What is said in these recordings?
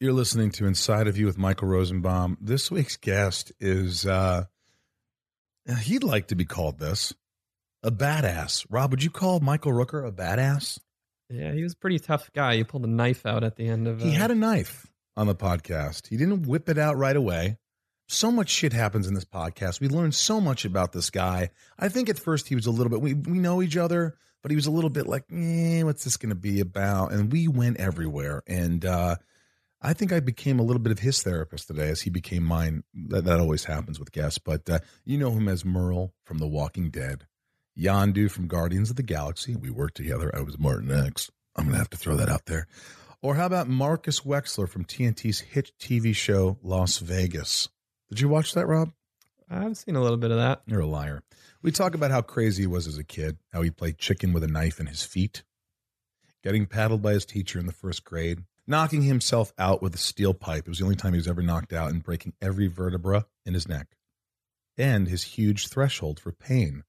You're listening to Inside of You with Michael Rosenbaum. This week's guest is, uh, he'd like to be called this, a badass. Rob, would you call Michael Rooker a badass? Yeah, he was a pretty tough guy. He pulled a knife out at the end of. He uh, had a knife on the podcast. He didn't whip it out right away. So much shit happens in this podcast. We learn so much about this guy. I think at first he was a little bit, we, we know each other, but he was a little bit like, eh, what's this going to be about? And we went everywhere. And uh, I think I became a little bit of his therapist today as he became mine. That, that always happens with guests, but uh, you know him as Merle from The Walking Dead, Yondu from Guardians of the Galaxy. We worked together. I was Martin X. I'm going to have to throw that out there. Or how about Marcus Wexler from TNT's hit TV show Las Vegas? Did you watch that, Rob? I've seen a little bit of that. You're a liar. We talk about how crazy he was as a kid, how he played chicken with a knife in his feet, getting paddled by his teacher in the first grade, knocking himself out with a steel pipe. It was the only time he was ever knocked out and breaking every vertebra in his neck, and his huge threshold for pain.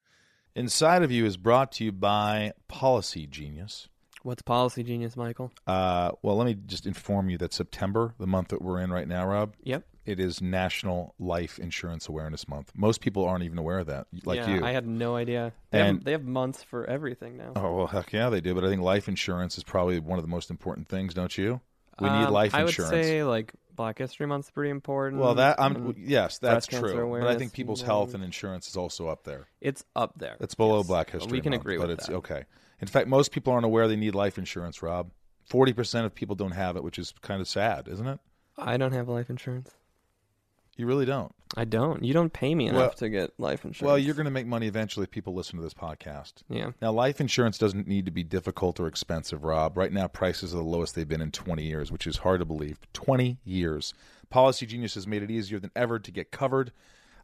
Inside of You is brought to you by Policy Genius. What's policy genius, Michael? Uh, well, let me just inform you that September, the month that we're in right now, Rob, Yep. it is National Life Insurance Awareness Month. Most people aren't even aware of that, like yeah, you. I had no idea. They, And- have, they have months for everything now. oh, well, heck yeah, they do. But I think life insurance is probably one of the most important things, don't you? We need Um, life I insurance. would say like Black History Month's pretty important. Mm-hmm. well, that I'm and yes, that's breast cancer true. But I awareness think people's and, health um, and insurance is also up there. it's up there. It's below Yes. Black History. We can Month, agree but with it's that. okay. In fact, most people aren't aware they need life insurance. Rob, forty percent of people don't have it, which is kind of sad, isn't it? I don't have life insurance. You really don't. I don't. You don't pay me enough Well- to get life insurance. Well, you're going to make money eventually if people listen to this podcast. yeah. Now, life insurance doesn't need to be difficult or expensive, Rob. Right now, prices are the lowest they've been in 20 years, which is hard to believe. 20 years. Policy Genius has made it easier than ever to get covered.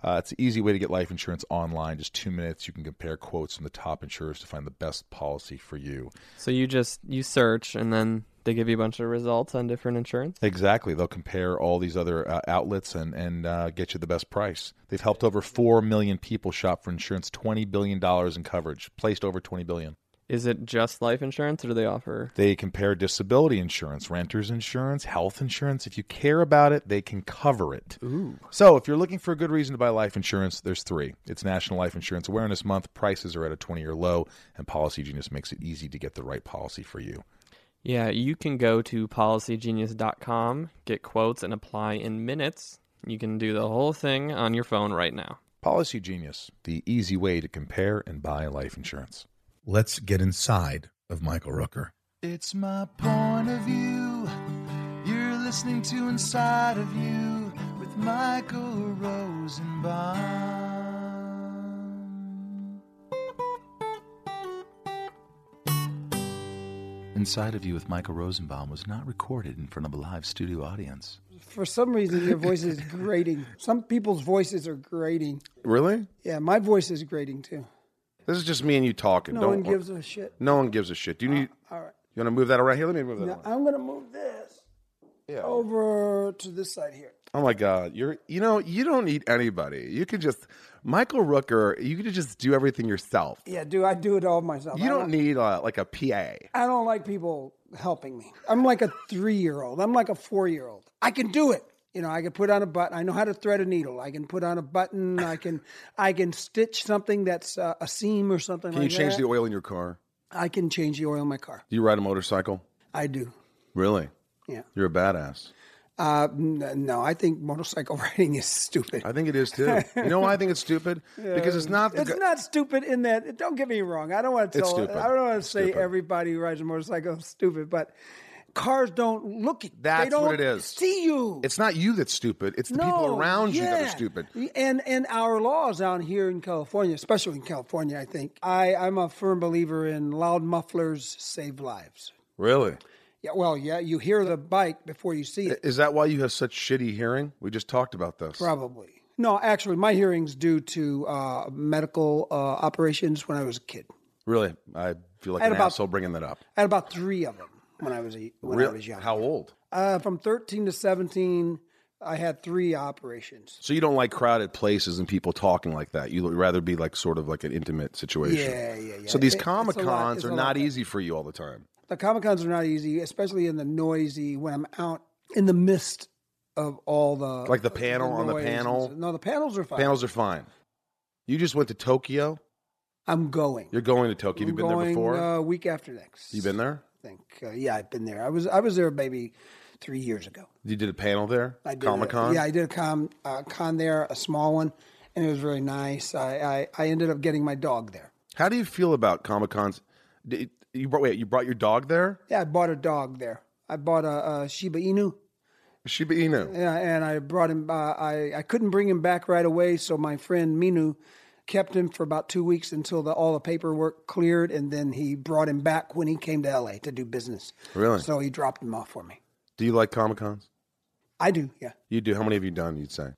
Uh, it's an easy way to get life insurance online. Just two minutes. You can compare quotes from the top insurers to find the best policy for you. So you just you search and then they give you a bunch of results on different insurance. Exactly. They'll compare all these other uh, outlets and and uh, get you the best price. They've helped over four million people shop for insurance. Twenty billion dollars in coverage, placed over twenty billion. Is it just life insurance or do they offer? They compare disability insurance, renters insurance, health insurance. If you care about it, they can cover it. Ooh. So, if you're looking for a good reason to buy life insurance, there's three. It's National Life Insurance Awareness Month. Prices are at a 20 year low, and Policy Genius makes it easy to get the right policy for you. Yeah, you can go to policygenius.com, get quotes, and apply in minutes. You can do the whole thing on your phone right now. Policy Genius, the easy way to compare and buy life insurance. Let's get inside of Michael Rooker. It's my point of view. You're listening to Inside of You with Michael Rosenbaum. Inside of You with Michael Rosenbaum was not recorded in front of a live studio audience. For some reason, your voice is grating. Some people's voices are grating. Really? Yeah, my voice is grating too. This is just me and you talking. No Don't, one gives a shit. No one gives a shit. Do you need? Uh, All right. You want to move that around here? Let me move that. Now, around. I'm going to move this Yeah. Oh. over to this side here. my God. You're. You know. You don't need anybody. You could just. Michael Rooker. You could just do everything yourself. Yeah, dude, I do it all myself. You I don't need uh like a PA. I don't like people helping me. I'm like a three year old. I'm like a four year old. I can do it. You know, I can put on a button. I know how to thread a needle. I can put on a button. I can, I can stitch something that's uh, a seam or something. Can you like change that. the oil in your car? I can change the oil in my car. Do you ride a motorcycle? I do. Really? Yeah. You're a badass. Uh, n- no, I think motorcycle riding is stupid. I think it is too. you know why I think it's stupid? Because it's not. The It's gu- not stupid in that. Don't get me wrong. I don't want to It's tell. stupid. I don't want It's to say stupid. everybody who rides a motorcycle is stupid, but cars don't look. at- That's they don't what it is. See you. It's not you that's stupid. It's the no, people around you that yeah. are stupid. And and our laws down here in California, especially in California, I think I I'm a firm believer in loud mufflers save lives. Really? Yeah. Well, yeah. You hear the bike before you see it. Is that why you have such shitty hearing? We just talked about this. Probably. No, actually, my hearing's due to uh, medical uh, operations when I was a kid. Really? I feel like At an about- asshole bringing that up. I had about three of them when I was a, when I was young. How old? Uh, from thirteen to seventeen, I had three operations. So you don't like crowded places and people talking like that. You'd rather be like sort of like an intimate situation. Yeah, yeah, yeah. So these It- it's a lot- comic cons it's are a not lot. easy for you all the time. The comic cons are not easy, especially in the noisy when I'm out in the midst of all the Like the panel on the noise and panel? stuff. No, the panels are fine. Panels are fine. You just went to Tokyo. I'm going. You're going to Tokyo. Have you I'm been going, there before? Uh, week after next. you been there? I think. Uh, yeah, I've been there. I was I was there maybe three years ago. You did a panel there? I did a- Comic Con? Yeah, I did a com uh, con there, a small one, and it was really nice. I, I I ended up getting my dog there. How do you feel about Comic Cons? Did- You brought wait, you brought your dog there? Yeah, I bought a dog there. I bought a, a Shiba Inu. Shiba Inu. Yeah, and I brought him. Uh, I I couldn't bring him back right away, so my friend Minu kept him for about two weeks until the, all the paperwork cleared, and then he brought him back when he came to L.A. to do business. Really? So he dropped him off for me. do you like Comic Cons? I do. Yeah, You do. How many have you done? You'd say.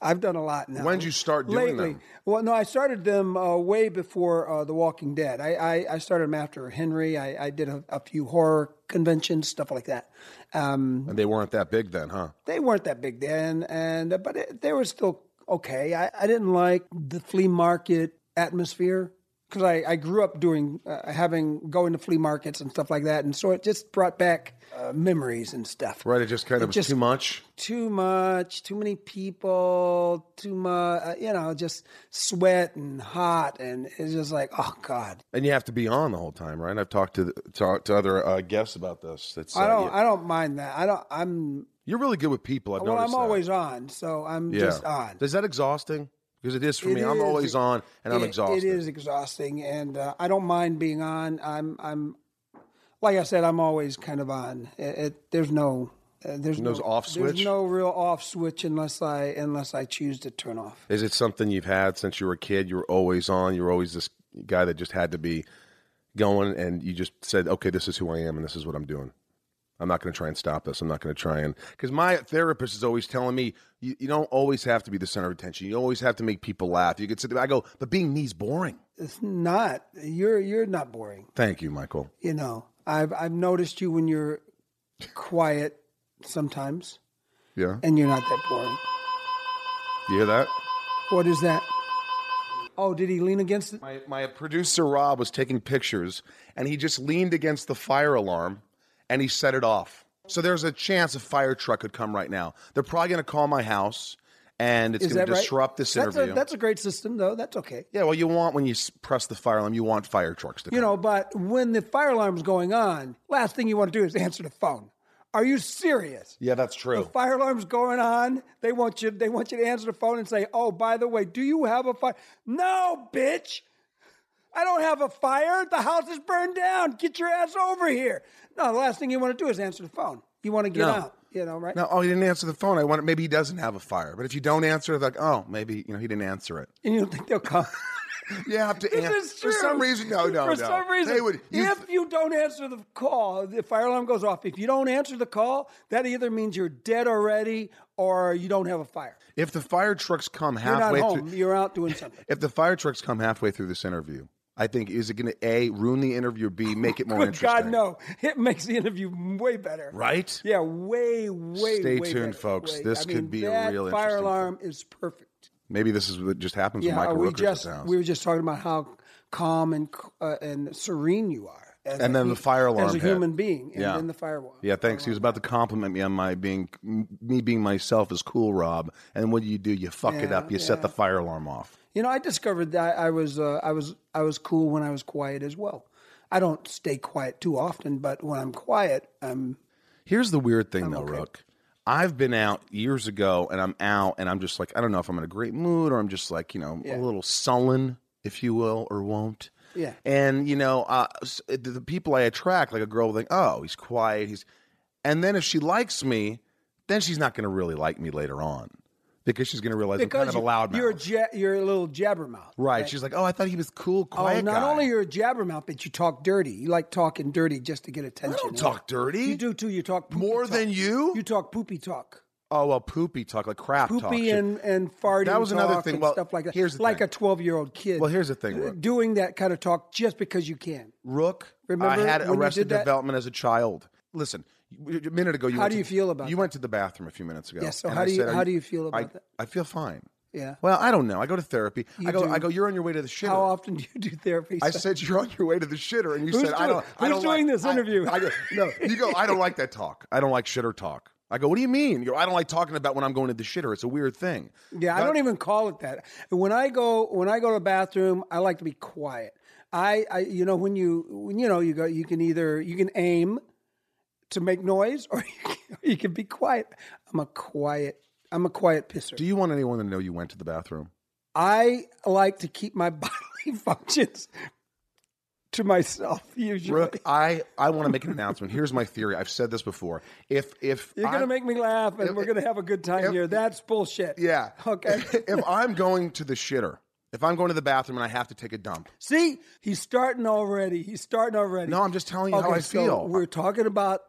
I've done a lot now. When did you start doing Lately, them? well, no, I started them uh, way before uh, The Walking Dead. I, I, I started them after Henry. I, I did a, a few horror conventions, stuff like that. Um, And they weren't that big then, huh? they weren't that big then, and but it, they were still okay. I, I didn't like the flea market atmosphere because I, I grew up doing uh, having going to flea markets and stuff like that, and so it just brought back uh, memories and stuff. Right. It just kind of was just- too much. Too much, too many people, too much, uh, you know, just sweat and hot, and it's just like, oh god, And you have to be on the whole time, right? I've talked to the, talked to other uh, guests about this. It's, I uh, don't, you- I don't mind that. I don't, I'm, You're really good with people. I've well, noticed I'm that. always on, so I'm Yeah. just on. Is that exhausting? Because it is for It me. I'm is. always on, and I'm It- exhausted. It is exhausting, and uh, I don't mind being on. I'm, I'm, like I said, I'm always kind of on. It, it, there's no, uh, there's No no, off switch? There's no real off switch unless I unless I choose to turn off. Is it something you've had since you were a kid? You were always on. You were always this guy that just had to be going, and you just said, "Okay, this is who I am, and this is what I'm doing. I'm not going to try and stop this. I'm not going to try and." Because my therapist is always telling me, you, "You don't always have to be the center of attention. You always have to make people laugh. You could sit there." I go, "But being me's boring." It's not you're you're not boring. Thank you, Michael. You know, I've I've noticed you when you're quiet sometimes, Yeah, and you're not that boring. you hear that? What is that? Oh, did he lean against it? My, my producer Rob was taking pictures, and he just leaned against the fire alarm, and he set it off. So there's a chance a fire truck could come right now. They're probably going to call my house, and it's Is going that to right? disrupt this That's interview. a, that's a great system, though. That's okay. yeah, well, you want when you s- press the fire alarm, you want fire trucks to come. You know, but when the fire alarm's going on, last thing you want to do is answer the phone. Are you serious? yeah, that's true. Fire alarm's going on. They want you. They want you to answer the phone and say, "Oh, by the way, do you have a fire?" No, bitch. I don't have a fire. The house is burned down. Get your ass over here. No, the last thing you want to do is answer the phone. You want to get out. You know, right? Now, oh, he didn't answer the phone. I wonder maybe he doesn't have a fire. But if you don't answer, like, oh, maybe you know he didn't answer it. And you don't think they'll come. You have to This answer is true. for some reason. No, no, For no. some reason, they would. You, if you don't answer the call, the fire alarm goes off. If you don't answer the call, that either means you're dead already or you don't have a fire. if the fire trucks come You're not halfway through, home. You're out doing something. If the fire trucks come halfway through this interview, I think is it going to a ruin the interview? B make it more Good interesting? God, no! It makes the interview way better. Right? Yeah, way, way. Stay way tuned, better. folks. Way- This I could mean, be a that real fire interesting alarm is perfect. Maybe this is what just happens Yeah, uh, with Michael we Rooker's just house. we were just talking about how calm and uh, and serene you are. as And a then the hu- fire alarm as a hit. human being, and Yeah. then the fire alarm. yeah, thanks. He was about to compliment me on my being me being myself is cool, Rob. And what do you do? You fuck it Yeah, up. You set the fire alarm off. You know, I discovered that I was uh, I was I was cool when I was quiet as well. I don't stay quiet too often, but when I'm quiet, I'm Here's the weird thing, though, okay. Rook. I've been out years ago, and I'm out, and I'm just like, I don't know if I'm in a great mood, or I'm just like, you know, a little sullen, if you will, or won't. Yeah. And you know, uh, s- the, the people I attract, like a girl, will think, oh, he's quiet, he's, and then if she likes me, then she's not going to really like me later on, because she's going to realize I'm kind of a loudmouth. you're a ja- you're a little jabbermouth. right. She's like, oh, I thought he was cool, Oh, quiet. not guy. only you're a jabbermouth, but you talk dirty. You like talking dirty just to get attention. I don't talk dirty. You do too. You talk poopy more talk. than you. you talk poopy talk, Oh well, poopy talk, like crap talk. poopy shit. and and farting. That was another talk thing. and Well, stuff like that. here's the like thing. a twelve year old kid. Well, here's the thing, Rook. doing that kind of talk just because you can. Rook, Remember I had when you arrested did that? development as a child. Listen, you- a minute ago, you How went do to- you feel about you that? went to the bathroom a few minutes ago? Yeah, so and how I do you- said, "Are how do you feel I, about that?" I feel fine. Yeah. Well, I don't know. I go to therapy. I go. do. I go. You're on your way to the shitter. How often do you do therapy? I sessions? said you're on your way to the shitter, and you Who's said I doing- don't. I who's don't doing like- this I- interview? I go, no, you go. I don't like that talk. I don't like shitter talk. I go, what do you mean? You go, I don't like talking about when I'm going to the shitter. It's a weird thing. Yeah, I don't even call it that. When I go when I go to the bathroom, I like to be quiet. I, I you know when you when you know you go you can either you can aim to make noise or you can, you can be quiet. I'm a quiet I'm a quiet pisser. Do you want anyone to know you went to the bathroom? I like to keep my bodily functions to myself usually. Brooke, I, I want to make an announcement. Here's my theory. I've said this before. If if You're going to I'm- make me laugh and we're going to have a good time here. That's bullshit. yeah, Okay. if I'm going to the shitter, if I'm going to the bathroom and I have to take a dump, See, he's starting already. He's starting already. no, I'm just telling you how Okay, I so feel. We're talking about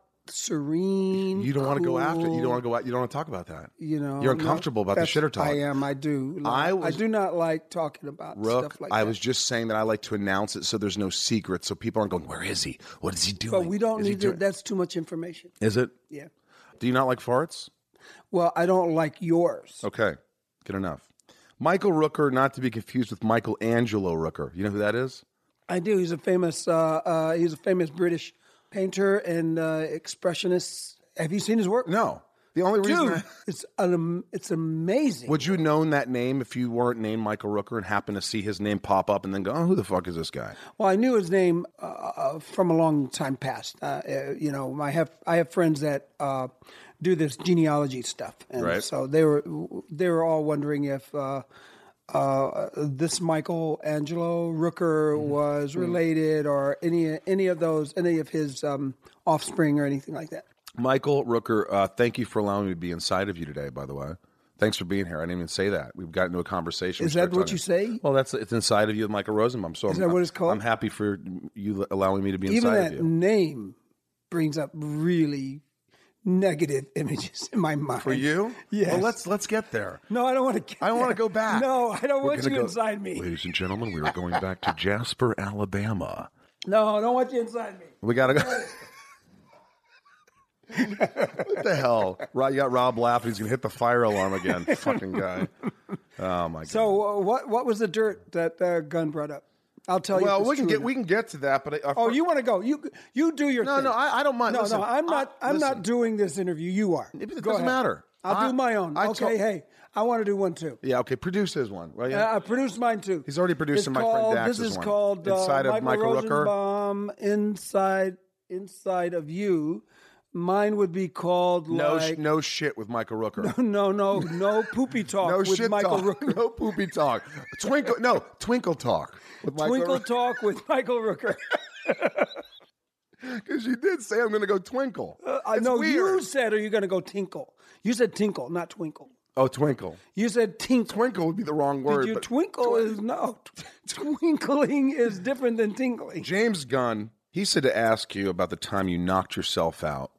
serene. you don't want to go after. it. You don't cool, want to go out. You don't want to talk about that. You know, You're no, uncomfortable about the that's- shitter talk. I am. I do. I I, was- I do not like talking about Brooke, stuff like I that. was just saying that I like to announce it so there's no secret, so people aren't going, "Where is he? What is he doing?" but we don't is he need to. doing-" That's too much information. Is it? Yeah. Do you not like farts? Well, I don't like yours. Okay, good enough. Michael Rooker, not to be confused with Michael Angelo Rooker. You know who that is? I do. He's a famous. Uh, uh, he's a famous British painter and uh, expressionist. Have you seen his work? No. The only reason. Dude, I- it's an, am- it's amazing. would you known that name if you weren't named Michael Rooker and happened to see his name pop up and then go, "Oh, who the fuck is this guy?" Well, I knew his name uh, uh, from a long time past. Uh, uh, you know, I have I have friends that uh, do this genealogy stuff, and Right. so they were they were all wondering if uh, uh, this Michael Angelo Rooker Mm-hmm. was related or any any of those any of his um, offspring or anything like that. Michael Rooker, uh, thank you for allowing me to be inside of you today. By the way, thanks for being here. I didn't even say that. We've gotten into a conversation. We Is that started what talking- you say? Well, that's it's inside of you, Michael Rosenbaum. So is I'm, that what it's called? I'm happy for you allowing me to be Even inside that of you. name brings up really negative images in my mind. For you, Yes. Well, let's let's get there. No, I don't want to. Get I want to there. go back. No, I don't We're want you gonna go- inside me. Ladies and gentlemen, we are going back to Jasper, Alabama. No, I don't want you inside me. We gotta go. what the hell? Right, you got Rob laughing. He's gonna hit the fire alarm again. Fucking guy. Oh my god. So uh, what? What was the dirt that uh, Gun brought up? I'll tell you. well, if it's we can true get or we not. can get to that, but I, Oh, you want to go? You you do your No, thing. no, I, I don't mind. no, Listen, no. I'm not. I, I, am listen, not doing this interview. You are. It doesn't Go ahead. matter. I'll I- do my own. I okay. told- hey, I want to do one too. Yeah, okay. Produce his one. Right? Uh, I produced mine too. He's already produced It's in my friend called- Dax's This is one. called Inside uh, of Michael Michael Rooker. Rosenbaum, inside inside of you. Mine would be called no, sh like no shit with Michael Rooker. No, no, no poopy talk No with shit Michael talk. Rooker. No poopy talk. Twinkle. No twinkle talk. With Twinkle Michael talk with Michael Rooker. because you did say I'm going to go twinkle. I It's know weird. Uh, you said, "Are you going to go tinkle?" You said tinkle, not twinkle. Oh, twinkle. You said tinkle. Twinkle would be the wrong word. Did you but- twinkle is no. Twinkling is different than tinkling. James Gunn, he said to ask you about the time you knocked yourself out.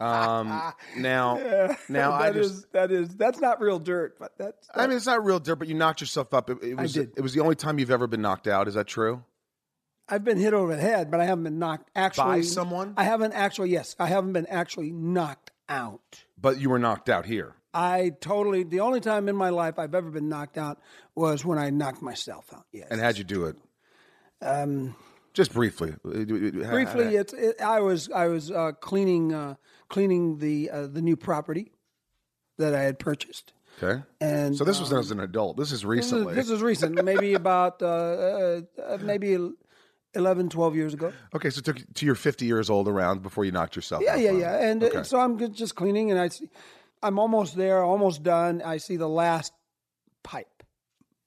um, now, now I That just. is- that is that's not real dirt, but that's I mean, it's not real dirt, but you knocked yourself up. It, it was did. it was the only time you've ever been knocked out. Is that true? I've been hit over the head, but I haven't been knocked actually By someone? I haven't actually yes, I haven't been actually knocked out. But you were knocked out here. I totally the only time in my life I've ever been knocked out was when I knocked myself out. Yes. Um, And how'd you do it? Um, just briefly. Briefly, briefly it's it, i was i was uh, cleaning uh, cleaning the uh, the new property that i had purchased Okay. and So this was uh, as an adult. This is this is, recently. this is recent maybe about uh, uh, uh, maybe 11 12 years ago okay, so it took you to your 50 years old around before you knocked yourself yeah out. yeah finally. yeah and uh, Okay. so i'm ju- just cleaning and i see i'm almost there almost done i see the last pipe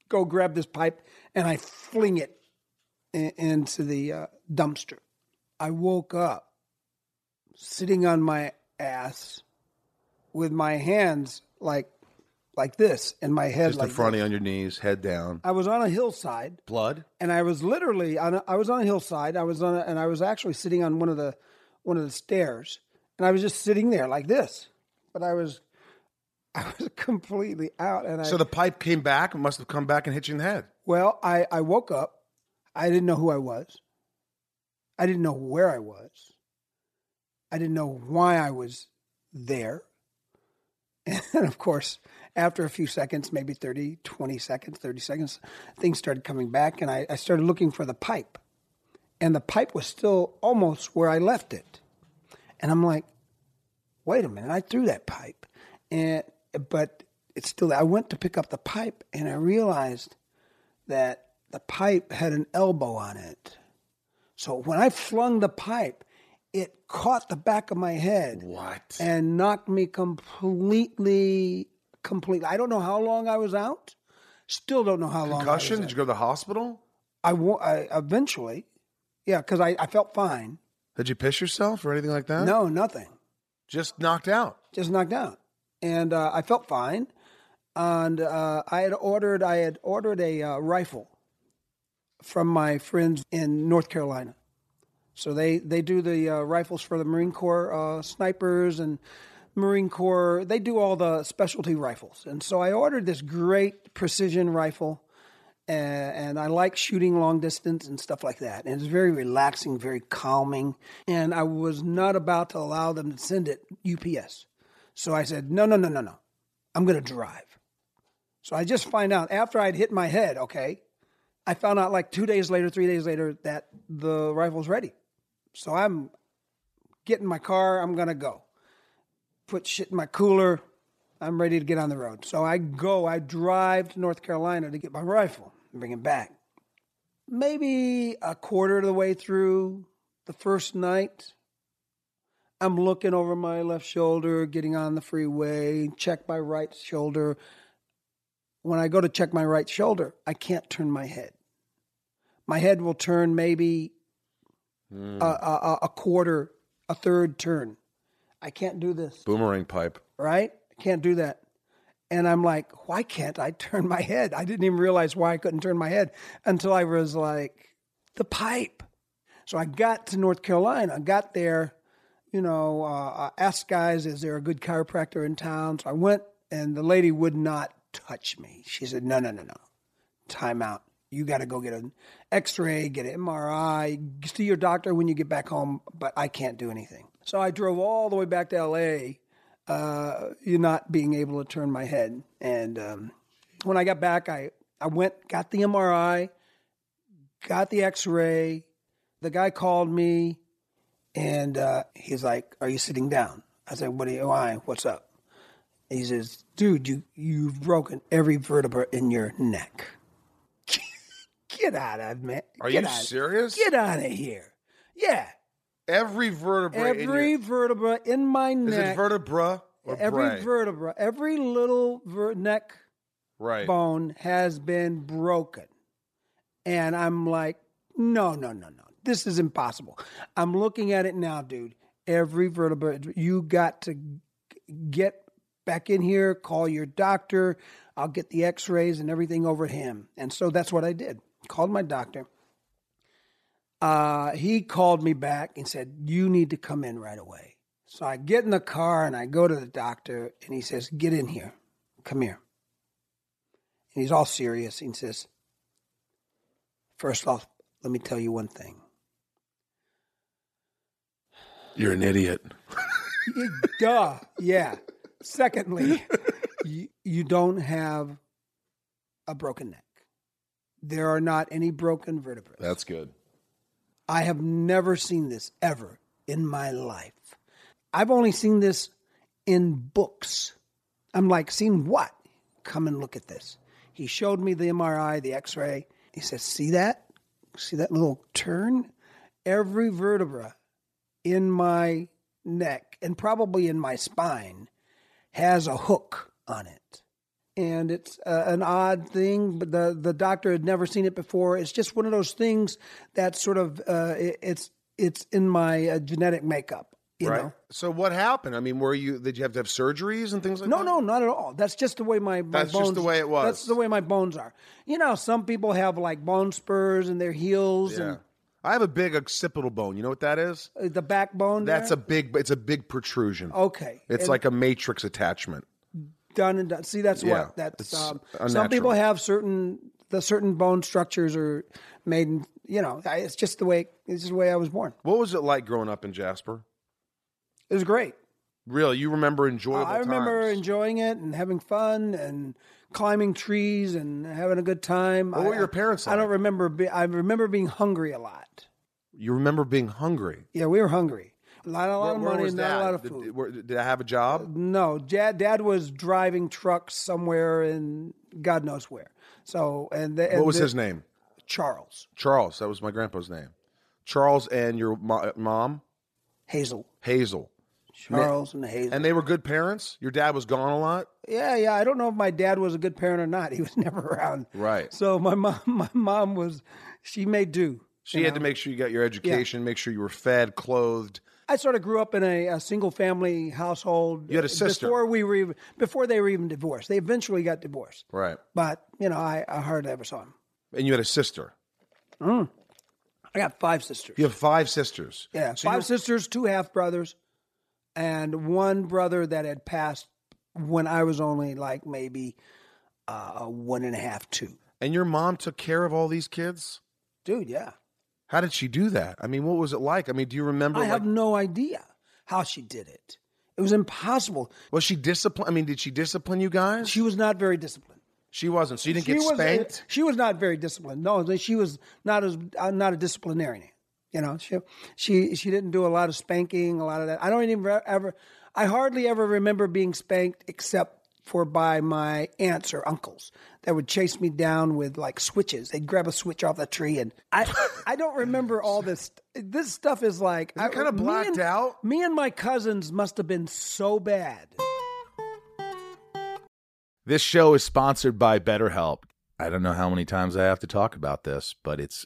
go grab this pipe and i fling it in, into the uh, dumpster i woke up sitting on my ass with my hands like like this and my head Just like in front of this. you on your knees, head down. i was on a hillside Blood? and I was literally on a, I was on a hillside. I was on a, and I was actually sitting on one of the one of the stairs, and I was just sitting there like this. But I was I was completely out, and I So the pipe came back and must have come back and hit you in the head. well, I I woke up. I didn't know who I was. I didn't know where I was. I didn't know why I was there. And of course, after a few seconds, maybe 30, 20 seconds, 30 seconds, things started coming back, and I, I started looking for the pipe. And the pipe was still almost where I left it. And I'm like, wait a minute, I threw that pipe. And but it's still I went to pick up the pipe and I realized that the pipe had an elbow on it. So when I flung the pipe, it caught the back of my head. What? And knocked me completely completely. I don't know how long I was out. Still don't know how long. I Oh, was Concussion? out. Did you go to the hospital? I, wa- I eventually, yeah, because I, I felt fine. Did you piss yourself or anything like that? No, nothing. Just knocked out. Just knocked out, and uh, I felt fine. And uh, I had ordered I had ordered a uh, rifle from my friends in North Carolina. So they they do the uh, rifles for the Marine Corps uh, snipers and Marine Corps. They do all the specialty rifles, and so I ordered this great precision rifle. a- And I like shooting long distance and stuff like that. And it's very relaxing, very calming. And I was not about to allow them to send it UPS. So I said, no, no, no, no, no. I'm going to drive. So I just find out after I'd hit my head, okay, I found out like two days later, three days later, that the rifle's ready. So I'm getting my car, I'm gonna go. Put shit in my cooler, I'm ready to get on the road. So I go, I drive to North Carolina to get my rifle and bring it back. Maybe a quarter of the way through the first night, I'm looking over my left shoulder, getting on the freeway, check my right shoulder. When I go to check my right shoulder, I can't turn my head. My head will turn maybe a, a, a- a quarter, a third turn. I can't do this, Boomerang pipe. right? I can't do that. And I'm like, why can't I turn my head? I didn't even realize why I couldn't turn my head until I was like, the pipe. So I got to North Carolina, got there, you know, uh, I asked guys, is there a good chiropractor in town? So I went, and the lady would not touch me. She said, no, no, no, no. Time out. You got to go get an x ray, get an MRI, see your doctor when you get back home, but I can't do anything. So I drove all the way back to LA, uh, you not being able to turn my head. And um, when I got back, I, I went, got the MRI, got the x ray. The guy called me and uh, he's like, "Are you sitting down?" I said, "What are you? Why? What's up?" He says, "Dude, you you've broken every vertebra in your neck. Get out of man. Are Get you out of- serious? Get out of here. Yeah, Every vertebra. in your- every vertebra in my is neck. it vertebra or every bray? vertebra, every little ver- neck right. bone has been broken. And I'm like, no, no, no, no. This is impossible. I'm looking at it now, dude. Every vertebra, you got to g- get back in here, call your doctor. I'll get the x rays and everything over to him. And so that's what I did. Called my doctor. Uh, he called me back and said, You need to come in right away. So I get in the car and I go to the doctor, and he says, Get in here. Come here. And he's all serious. And he says, First off, let me tell you one thing. You're an idiot. Y- Duh. Yeah. Secondly, you, you don't have a broken neck. There are not any broken vertebrae. That's good. I have never seen this ever in my life. I've only seen this in books. I'm like, seen what? Come and look at this. He showed me the MRI, the x ray. He says, See that? See that little turn? Every vertebra in my neck and probably in my spine has a hook on it. And it's uh, an odd thing, but the, the doctor had never seen it before. It's just one of those things that sort of uh, it, it's it's in my uh, genetic makeup, you right. know. So what happened? I mean, were you did you have to have surgeries and things like No, that? no, not at all. That's just the way my, my That's bones. just the way it was. That's the way my bones are. You know, some people have like bone spurs in their heels Yeah. I have a big occipital bone. You know what that is? and uh, the backbone. That's a there. big it's a big protrusion. okay. It's Oh, And like a matrix attachment. done and done. See, that's Yeah, what that's. it's Um, unnatural. some people have certain the certain bone structures are made. in- You know, I- it's just the way it's just the way I was born. What was it like growing up in Jasper? It was great. Really, you remember enjoyable I remember times. enjoying it and having fun and climbing trees and having a good time. What I, were your parents I don't like? remember. Be, I remember being hungry a lot. you remember being hungry. Yeah, we were hungry. Not a lot of money, was not Dad? a lot of Did- food. Did, where- did I have a job? No, dad. Dad was driving trucks somewhere in God knows where. So and, the, and What was the- his name? Charles Charles. That was my grandpa's name. Charles and your mo- uh, mom, Hazel. Hazel. Charles and Hazel. And they were good parents. Your dad was gone a lot. yeah, yeah. I don't know if my dad was a good parent or not. He was never around. Right. So my mom, my mom was. She made do. So you had to make sure you got your education, make sure you were fed, clothed. I sort of grew up in a, a single family household. You had a sister. before we were even, before they were even divorced. They eventually got divorced, Right. but you know, I, I hardly ever saw him. And you had a sister. I got five sisters. You have five sisters. Yeah, So five sisters, two half brothers, and one brother that had passed when I was only like maybe uh, one and a half, two. And your mom took care of all these kids? Dude, yeah. How did she do that? I mean, what was it like? I mean, do you remember? I have like, no idea how she did it. It was impossible. was she disciplined? I mean, did she discipline you guys? She was not very disciplined. She wasn't. So you didn't She get was, spanked? she was not very disciplined. No, she was not as uh, not a disciplinarian. You know, she she she didn't do a lot of spanking, a lot of that. I don't even re- ever. I hardly ever remember being spanked except for by my aunts or uncles that would chase me down with like switches. They'd grab a switch off the tree, and I I don't remember all this. This stuff is like I kinda me blacked and- out? Me and my cousins must have been so bad. This show is sponsored by BetterHelp. I don't know how many times I have to talk about this, but it's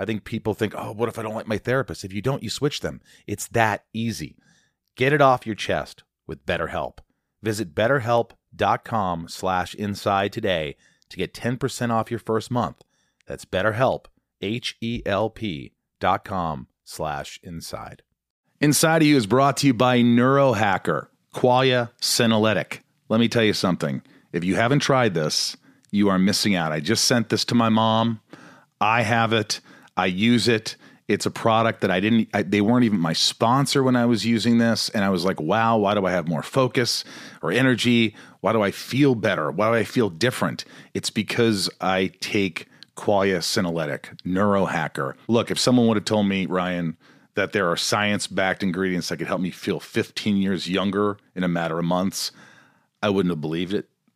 I think people think, oh, what if I don't like my therapist? If you don't, you switch them. It's that easy. Get it off your chest with BetterHelp. Visit betterhelp.com slash inside today to get 10% off your first month. That's betterhelp, H-E-L-P dot com slash inside. Inside of You is brought to you by Neurohacker, Qualia Synalytic. Let me tell you something. If you haven't tried this, you are missing out. I just sent this to my mom. I have it. I use it. It's a product that I didn't, I, they weren't even my sponsor when I was using this. And I was like, wow, why do I have more focus or energy? Why do I feel better? Why do I feel different? It's because I take Qualia Synalytic, Neurohacker. Look, if someone would have told me, Ryan, that there are science backed ingredients that could help me feel 15 years younger in a matter of months, I wouldn't have believed it.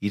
you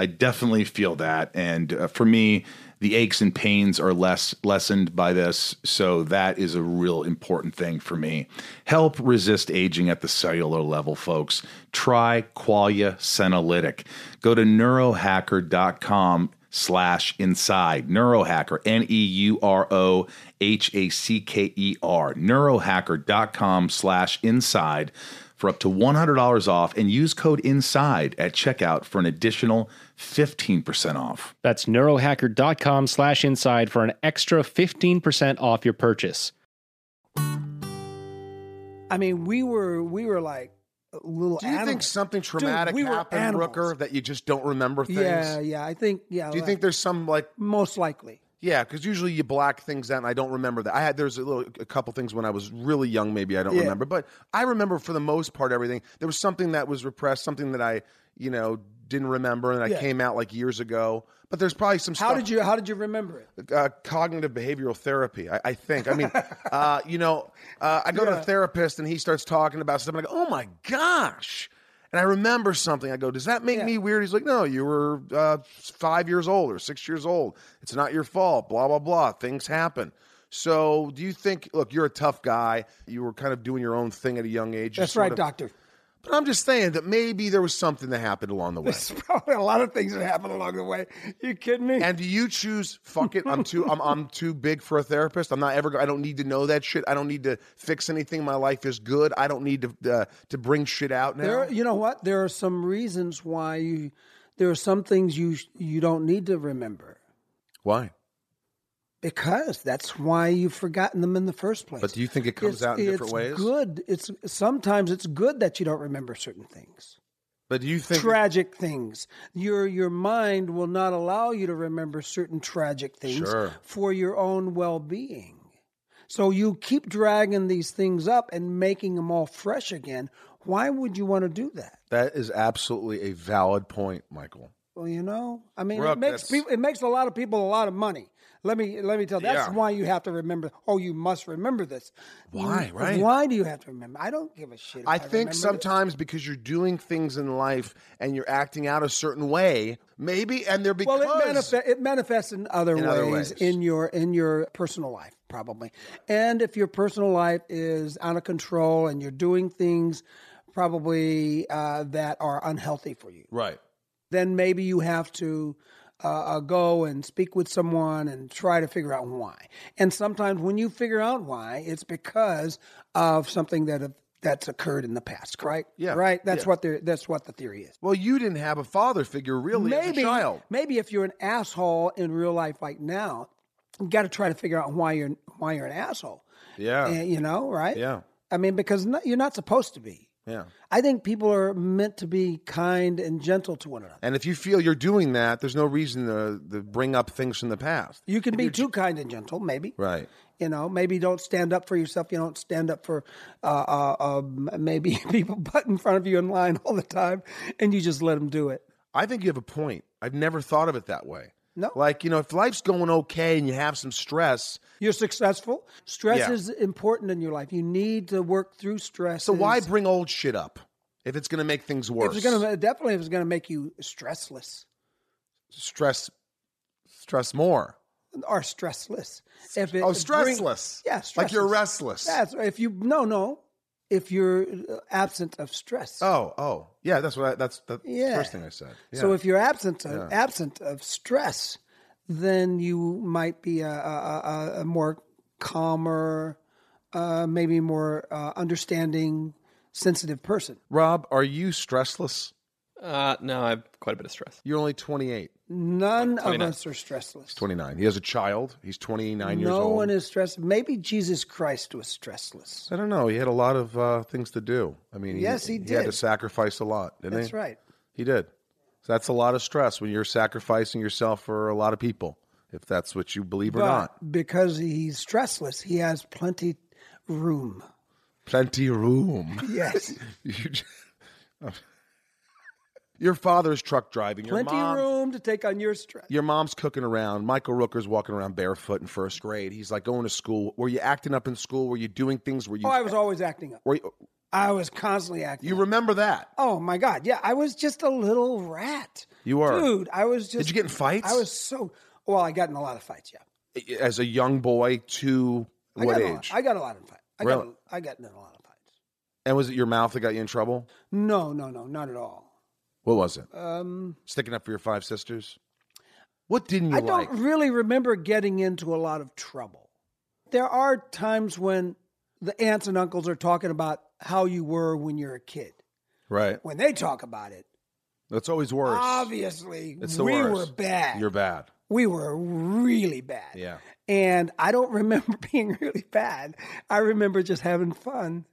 I definitely feel that, and uh, for me, the aches and pains are less lessened by this. So that is a real important thing for me. Help resist aging at the cellular level, folks. Try Qualia Senolytic. Go to neurohacker.com slash inside neurohacker E n-e-u-r-o-h-a-c-k-e-r E neurohacker.com slash inside for up to $100 off and use code inside at checkout for an additional 15% off That's neurohacker.com slash inside for an extra 15% off your purchase. I mean, we were we were like little. Do you think animals. something traumatic we were happened, animals. Rooker, that you just don't remember things? Yeah, yeah. I think. Yeah. Do you like- think there's some like most likely? yeah? Because usually you black things out, and I don't remember that. I had there's a little a couple things when I was really young, maybe I don't Yeah. remember, but I remember for the most part everything. There was something that was repressed, something that I you know didn't remember, and I Yeah. came out like years ago. But there's probably some. How stuff- did you How did you remember it? uh, cognitive behavioral therapy. I, I think. I mean, uh, you know, uh, I go to a therapist and he starts talking about something. I go, oh my gosh. And I remember something. I go, does that make Yeah. me weird? He's like, no, you were uh, five years old or six years old. It's not your fault. Blah, blah, blah. Things happen. So do you think, look, you're a tough guy. You were kind of doing your own thing at a young age. That's Just sort right, of- doctor. But I'm just saying that maybe there was something that happened along the way. There's probably a lot of things that happened along the way. You kidding me? And do you choose? Fuck it. I'm too. I'm, I'm too big for a therapist. I'm not ever. go- I don't need to know that shit. I don't need to fix anything. My life is good. I don't need to uh, to bring shit out now. There, you know what? There are some reasons why you. There are some things you sh- you don't need to remember Why? because that's why you've forgotten them in the first place. But do you think it comes It's- out in different it's ways? Good. It's sometimes it's good that you don't remember certain things. But do you think? tragic things. Your your mind will not allow you to remember certain tragic things Sure. for your own well-being. So you keep dragging these things up and making them all fresh again. Why would you want to do that? that is absolutely a valid point, Michael. Well, you know, I mean, Brooke, it makes that's- people it makes a lot of people a lot of money. Let me let me tell. That's Yeah. why you have to remember. Oh, you must remember this. Why, You- right? Why do you have to remember? I don't give a shit. if I think remember this. sometimes because you're doing things in life and you're acting out a certain way, maybe, and they're because well, it, manifest, it manifests in other In ways, other ways. in your in your personal life, probably. And if your personal life is out of control and you're doing things probably uh, that are unhealthy for you, right. then maybe you have to uh, uh, go and speak with someone and try to figure out why. And sometimes when you figure out why, it's because of something that have, that's occurred in the past, right? Yeah, right. That's yeah. what the that's what the theory is Well, you didn't have a father figure really as a child. maybe if you're an asshole in real life like now, you got to try to figure out why you're why you're an asshole. Yeah. And, you know, right? Yeah. I mean, because no, you're not supposed to be. Yeah. I think people are meant to be kind and gentle to one another. And if you feel you're doing that, there's no reason to, to bring up things from the past. You can be too kind and gentle, maybe. Right. You know, maybe you don't stand up for yourself. You don't stand up for uh, uh, um, maybe people butt in front of you in line all the time, and you just let them do it. I think you have a point. I've never thought of it that way. No. Like, you know, if life's going okay and you have some stress, You're successful. Stress Yeah. is important in your life. You need to work through stress. so why bring old shit up if it's going to make things If worse? it's gonna definitely if it's gonna make you stressless stress stress more. or stressless. If it Oh, bring- stressless. yeah, Like you're stressless. restless. That's if you no no if you're uh, absent of stress. Oh, oh. Yeah, that's what I, that's the Yeah. first thing I said. Yeah. So if you're absent of, absent of stress, then you might be a, a, a, a more calmer, uh, maybe more uh, understanding, sensitive person. Rob, are you stressless? Uh, no, I have quite a bit of stress. You're only 28, None of us are stressless. 29. He has a child. He's 29 years no old. one is stressed. Maybe Jesus Christ was stressless. I don't know. He had a lot of uh, things to do. I mean, Yes, he He had did. to sacrifice a lot, didn't That's he? right. He did. So that's a lot of stress when you're sacrificing yourself for a lot of people, if that's what you believe or not. because he's stressless, he has plenty room. Plenty room. Yes, You j- your father's truck driving. Your plenty mom, room to take on your stress. Your mom's cooking around. Michael Rooker's walking around barefoot in first grade. He's like going to school. Were you acting up in school? Were you doing things? Were you? Oh, I Oh, was always acting up. were you I was constantly acting. You remember that? oh my god, yeah, I was just a little rat. You were. dude. I was just. Did you get in fights? I was so well. I got in a lot of fights. Yeah, as a young boy to I what got in a lot- age? I got a lot of fights. I Really? got. I got in a lot of fights. and was it your mouth that got you in trouble? No, no, no, not at all. What was it? Um, Sticking up for your five sisters? What didn't you I like? don't really remember getting into a lot of trouble. There are times when the aunts and uncles are talking about how you were when you're a kid. right. When they talk about it, That's always worse. obviously It's the we worst. were bad. You're bad. we were really bad. Yeah. And I don't remember being really bad. I remember just having fun.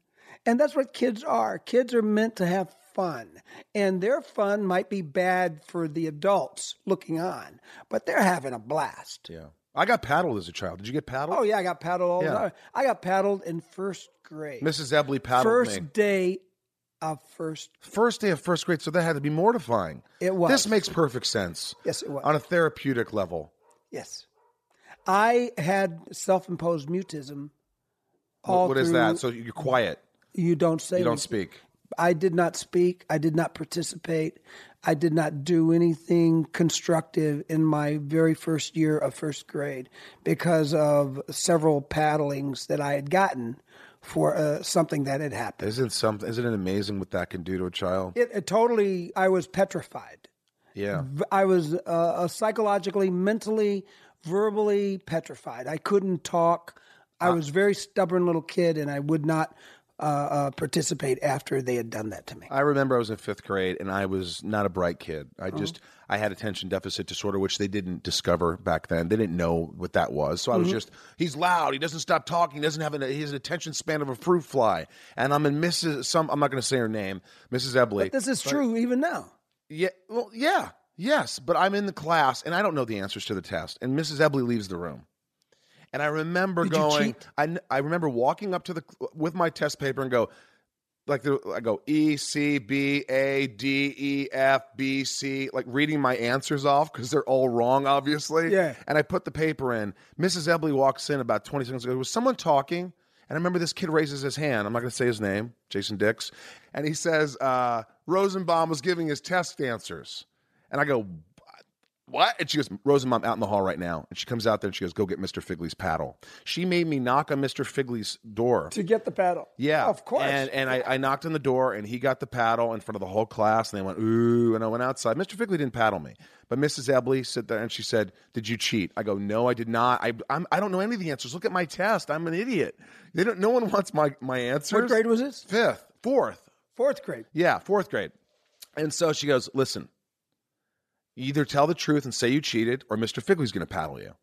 And that's what kids are. Kids are meant to have fun. And their fun might be bad for the adults looking on, but they're having a blast. Yeah. I got paddled as a child. Did you get paddled? Oh yeah, I got paddled all Yeah. the time. I got paddled in first grade. Mrs. Ebley paddled first me. day of first First day of first grade, so that had to be mortifying. it was This makes perfect sense yes it was on a therapeutic level. yes. I had self imposed mutism. What- All what is through- that? So you're quiet. you don't say You don't anything. speak. I did not speak. I did not participate. I did not do anything constructive in my very first year of first grade because of several paddlings that I had gotten for uh, something that had happened. Isn't something? Isn't it amazing what that can do to a child? It, it totally, I was petrified. Yeah. V- I was uh, uh, psychologically, mentally, verbally petrified. I couldn't talk. I was a very stubborn little kid, and I would not uh, uh, participate after they had done that to me. I remember I was in fifth grade and I was not a bright kid. Oh. I just I had attention deficit disorder, which they didn't discover back then. They didn't know what that was. So I Mm-hmm. was just he's loud. He doesn't stop talking. He doesn't have an he has an attention span of a fruit fly. And I'm in Mrs. Some I'm not going to say her name, Mrs. Ebley. This is true even now. yeah, well, yeah, yes. But I'm in the class and I don't know the answers to the test. And Mrs. Ebley leaves the room. And I remember Did you going. cheat? I kn- I remember walking up to the with my test paper and go, like the, I go E C B A D E F B C, like reading my answers off because they're all wrong, obviously. Yeah. And I put the paper in. Mrs. Ebley walks in about twenty seconds ago. There was someone talking, and I remember this kid raises his hand. I'm not going to say his name, Jason Dix, and he says uh, Rosenbaum was giving his test answers, and I go. What? And she goes, Rosenbaum out in the hall right now. And she comes out there and she goes, Go get Mr. Figley's paddle. She made me knock on Mr. Figley's door. to get the paddle. Yeah, of course. And and I, I knocked on the door, and he got the paddle in front of the whole class, and they went ooh. And I went outside. Mr. Figley didn't paddle me, but Mrs. Ebley sat there and she said, "Did you cheat?" I go, "No, I did not. I I'm, I don't know any of the answers. Look at my test. I'm an idiot. They don't. No one wants my my answers. what grade was this? Fifth, fourth, Fourth grade. yeah, fourth grade. And so she goes, Listen, you either tell the truth and say you cheated, or Mr. Figley's going to paddle you.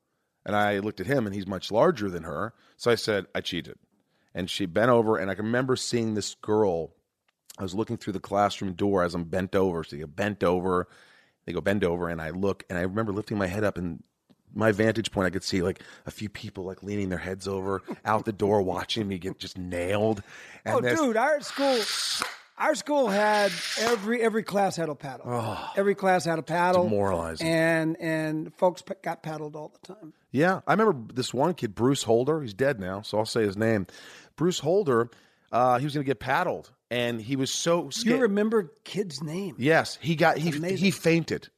And I looked at him, and he's much larger than her. So I said, I cheated. And she bent over, and I can remember seeing this girl. I was looking through the classroom door as I'm bent over. So you get bent over, they go bend over, and I look, and I remember lifting my head up, and my vantage point, I could see like a few people like leaning their heads over out the door, watching me get just nailed. And Oh, this- dude, our school, our school had every every class had a paddle. every class had a paddle. demoralizing. And and folks p- got paddled all the time. Yeah, I remember this one kid, Bruce Holder. He's dead now, so I'll say his name. Bruce Holder. Uh, he was going to get paddled, and he was so You scared. remember kids' name? yes, he got he amazing. he fainted.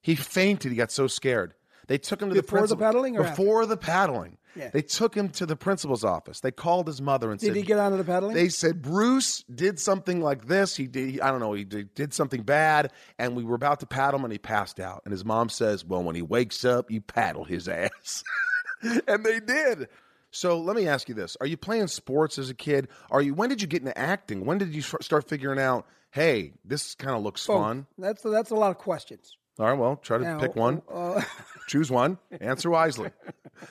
He fainted. He got so scared. They took him to Before the the principal paddling or after? before the paddling. Yeah. They took him to the principal's office. They called his mother and Did said, he get onto the paddling? they said Bruce did something like this. He did, I don't know, he did, did something bad, and we were about to paddle him, and he passed out. And his mom says, "Well, when he wakes up, you paddle his ass," and they did. So let me ask you this: Are you playing sports as a kid? Are you? When did you get into acting? When did you f- start figuring out, hey, this kind of looks Both. fun? Oh, That's that's a lot of questions. All right, well, try to Now, pick one, uh, choose one, answer wisely.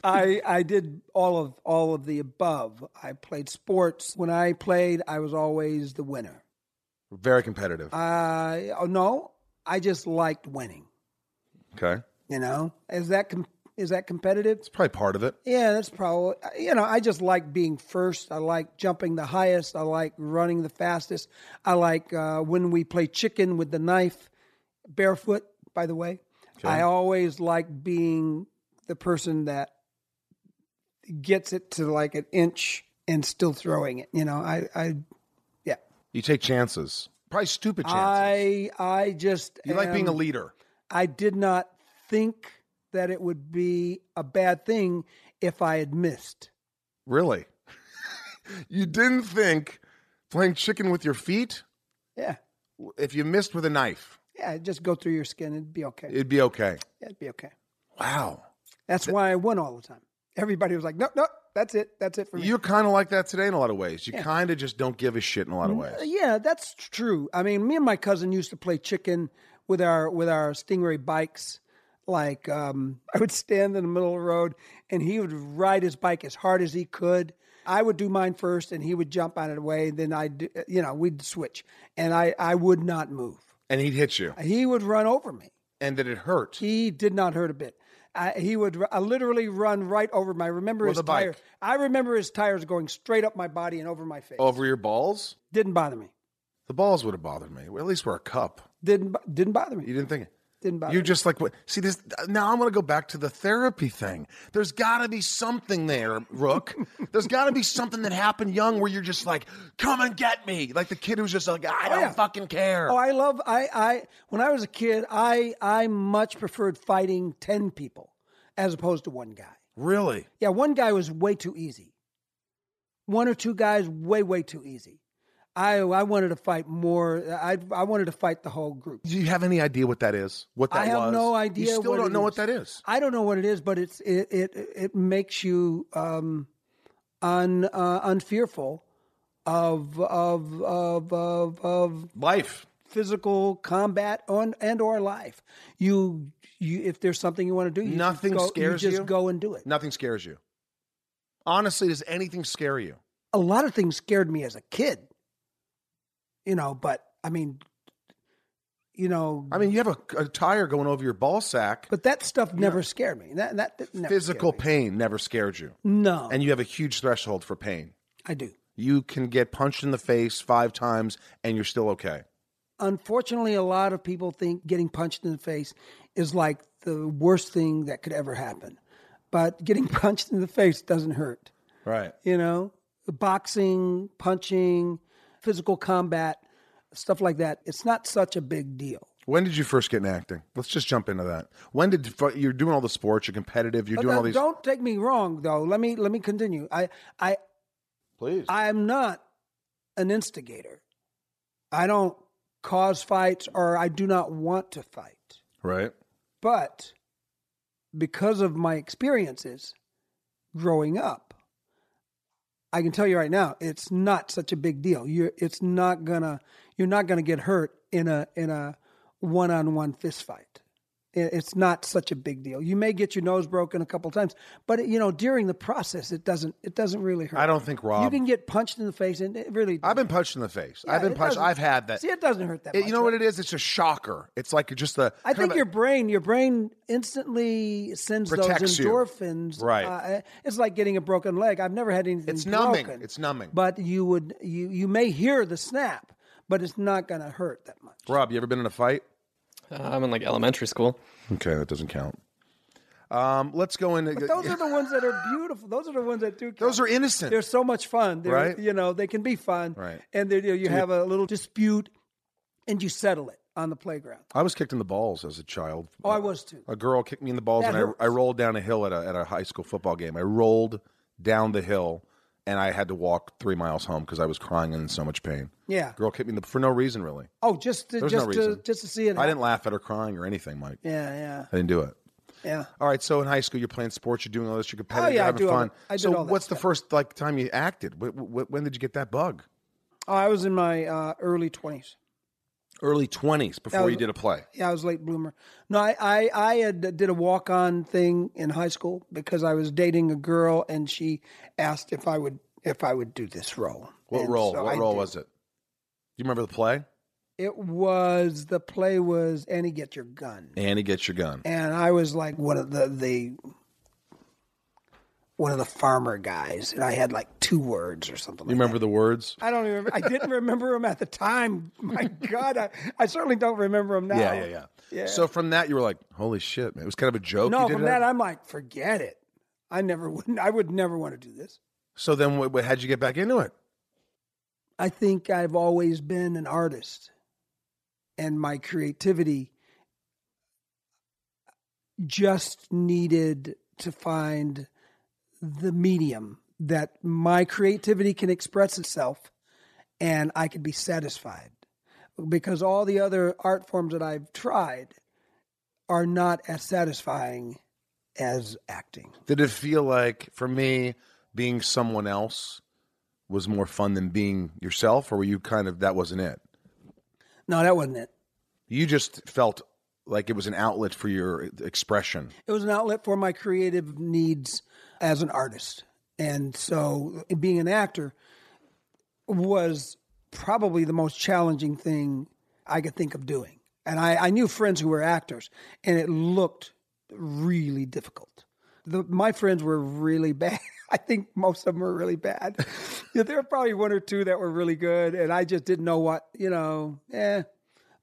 I I did all of all of the above. I played sports. When I played, I was always the winner. Very competitive. I oh, no, I just liked winning. Okay, You know, is that com- is that competitive? it's probably part of it. Yeah, that's probably. You know, I just like being first. I like jumping the highest. I like running the fastest. I like uh, when we play chicken with the knife, barefoot. By the way, I always like being the person that gets it to like an inch and still throwing it. You know, I, I, yeah, You take chances, probably stupid chances. I I just you like being a am- leader. I did not think that it would be a bad thing if I had missed. Really? you didn't think playing chicken with your feet, Yeah, if you missed with a knife, yeah, it'd just go through your skin. It'd be okay. it'd be okay. Yeah, it'd be okay. Wow. That's why I won all the time. Everybody was like, "Nope, nope, that's it, that's it for me." You're kind of like that today in a lot of ways. You kind of just don't give a shit in a lot of ways. Uh, Yeah, that's true. I mean, me and my cousin used to play chicken with our with our Stingray bikes. Like um, I would stand in the middle of the road, and he would ride his bike as hard as he could. I would do mine first, and he would jump out of the way. Then I, would you know, we'd switch, and I I would not move. And he'd hit you. He would run over me. And that it hurt. He did not hurt a bit. I, he would I literally run right over my. I remember With his a bike. tires. I remember his tires going straight up my body and over my face. Over your balls? Didn't bother me. The balls would have bothered me. Well, at least we're a cup. Didn't bo- didn't bother me. You didn't think Didn't bother. You're me. just like what? See this now. I'm going to go back to the therapy thing. There's got to be something there, Rook. There's got to be something that happened young where you're just like, "Come and get me," like the kid who's just like, "I don't yeah. fucking care." Oh, I love I I when I was a kid, I I much preferred fighting 10 people as opposed to one guy. really? Yeah, one guy was way too easy. One or two guys way way too easy. I I wanted to fight more. I I wanted to fight the whole group. Do you have any idea what that is? What that I have was? no idea. You still what don't it know what is. that is. I don't know what it is, but it's it it it makes you um, un uh, unfearful of of of of of Life. physical combat on and or life. You you if there's something you want to do, you just Nothing go, scares you. Just you? go and do it. Nothing scares you. Honestly, does anything scare you? A lot of things scared me as a kid. You know, but I mean, you know, I mean, you have a, a tire going over your ball sack. but that stuff never scared me. That that, that never Physical scared me. pain never scared you, No, and you have a huge threshold for pain. I do. You can get punched in the face five times and you're still okay. Unfortunately, a lot of people think getting punched in the face is like the worst thing that could ever happen. But getting punched in the face doesn't hurt. Right. you know, boxing, punching, physical combat, stuff like that. It's not such a big deal. When did you first get into acting? Let's just jump into that. When did you're doing all the sports? You're competitive. You're But doing all now, these. Don't take me wrong though. Let me let me continue. I I Please. I'm not an instigator. I don't cause fights or I do not want to fight. Right. But because of my experiences growing up, I can tell you right now, it's not such a big deal. You're it's not gonna you're not gonna get hurt in a in a one on one fist fight. It- It's not such a big deal. You may get your nose broken a couple times, but you know during the process, it doesn't it doesn't really hurt. I don't think Rob. you can get punched in the face, and it really. I've been punched in the face. I've been it punched. doesn't- I've had that. See, it doesn't hurt that. It- much, you know right? what it is? It's a shocker. It's like just a. I kind think of a- your brain, your brain instantly sends those Protects you. endorphins. Right. Uh, it's like getting a broken leg. I've never had anything. It's numbing. broken, It's numbing. But you would, you you may hear the snap, but it's not going to hurt that much. Rob, you ever been in a fight? Uh, I'm in like elementary school. Okay, that doesn't count. Um, let's go into. But those are the ones that are beautiful. Those are the ones that do. Count. Those are innocent. They're so much fun. They're, Right? You know, they can be fun. Right. And they, you, know, you have a little dispute, and you settle it on the playground. I was kicked in the balls as a child. Oh, I was too. A girl kicked me in the balls, That and hurts. I, I rolled down a hill at a, at a high school football game. I rolled down the hill, and I had to walk three miles home because I was crying and in so much pain. Yeah. Girl kicked me in the, for no reason, really. Oh, just to, There's just no to reason. just to see it. I happen. didn't laugh at her crying or anything, Mike. Yeah, yeah, I didn't do it. yeah. All right, so in high school, you're playing sports, you're doing all this, you're competitive, Oh, yeah, you're I having do all fun. that. I did so, all that what's the stuff. first like time you acted? Wh- wh- When did you get that bug? Oh, I was in my uh, early twenties. Early 20s, before was- you did a play. Yeah, I was a late bloomer. No, I I, I had did a walk on thing in high school because I was dating a girl and she asked if I would if I would do this role. What And role? so what I role did. was it? Do you remember the play? It was the play was Annie Get Your Gun, Annie gets your gun. and I was like one of the the one of the farmer guys, and I had like two words or something. You like remember the words? that. I don't even. Remember, I didn't remember him at the time. My God, I, I certainly don't remember him now. Yeah, yeah, yeah, Yeah. So from that, you were like, "Holy shit, man!" It was kind of a joke. you No, did from it that on? I'm like, forget it. I never would. I would never want to do this. so then, what, what, how'd you get back into it? I think I've always been an artist, and my creativity just needed to find the medium that my creativity can express itself and I could be satisfied. Because all the other art forms that I've tried are not as satisfying as acting. Did it feel like for me being someone else was more fun than being yourself, or were you kind of that wasn't it? No, that wasn't it. You just felt like it was an outlet for your expression. It was an outlet for my creative needs as an artist. And so being an actor was probably the most challenging thing I could think of doing. And I, I knew friends who were actors, and it looked really difficult. The, my friends were really bad. I think most of them were really bad. Yeah, there were probably one or two that were really good, and I just didn't know what, you know, eh.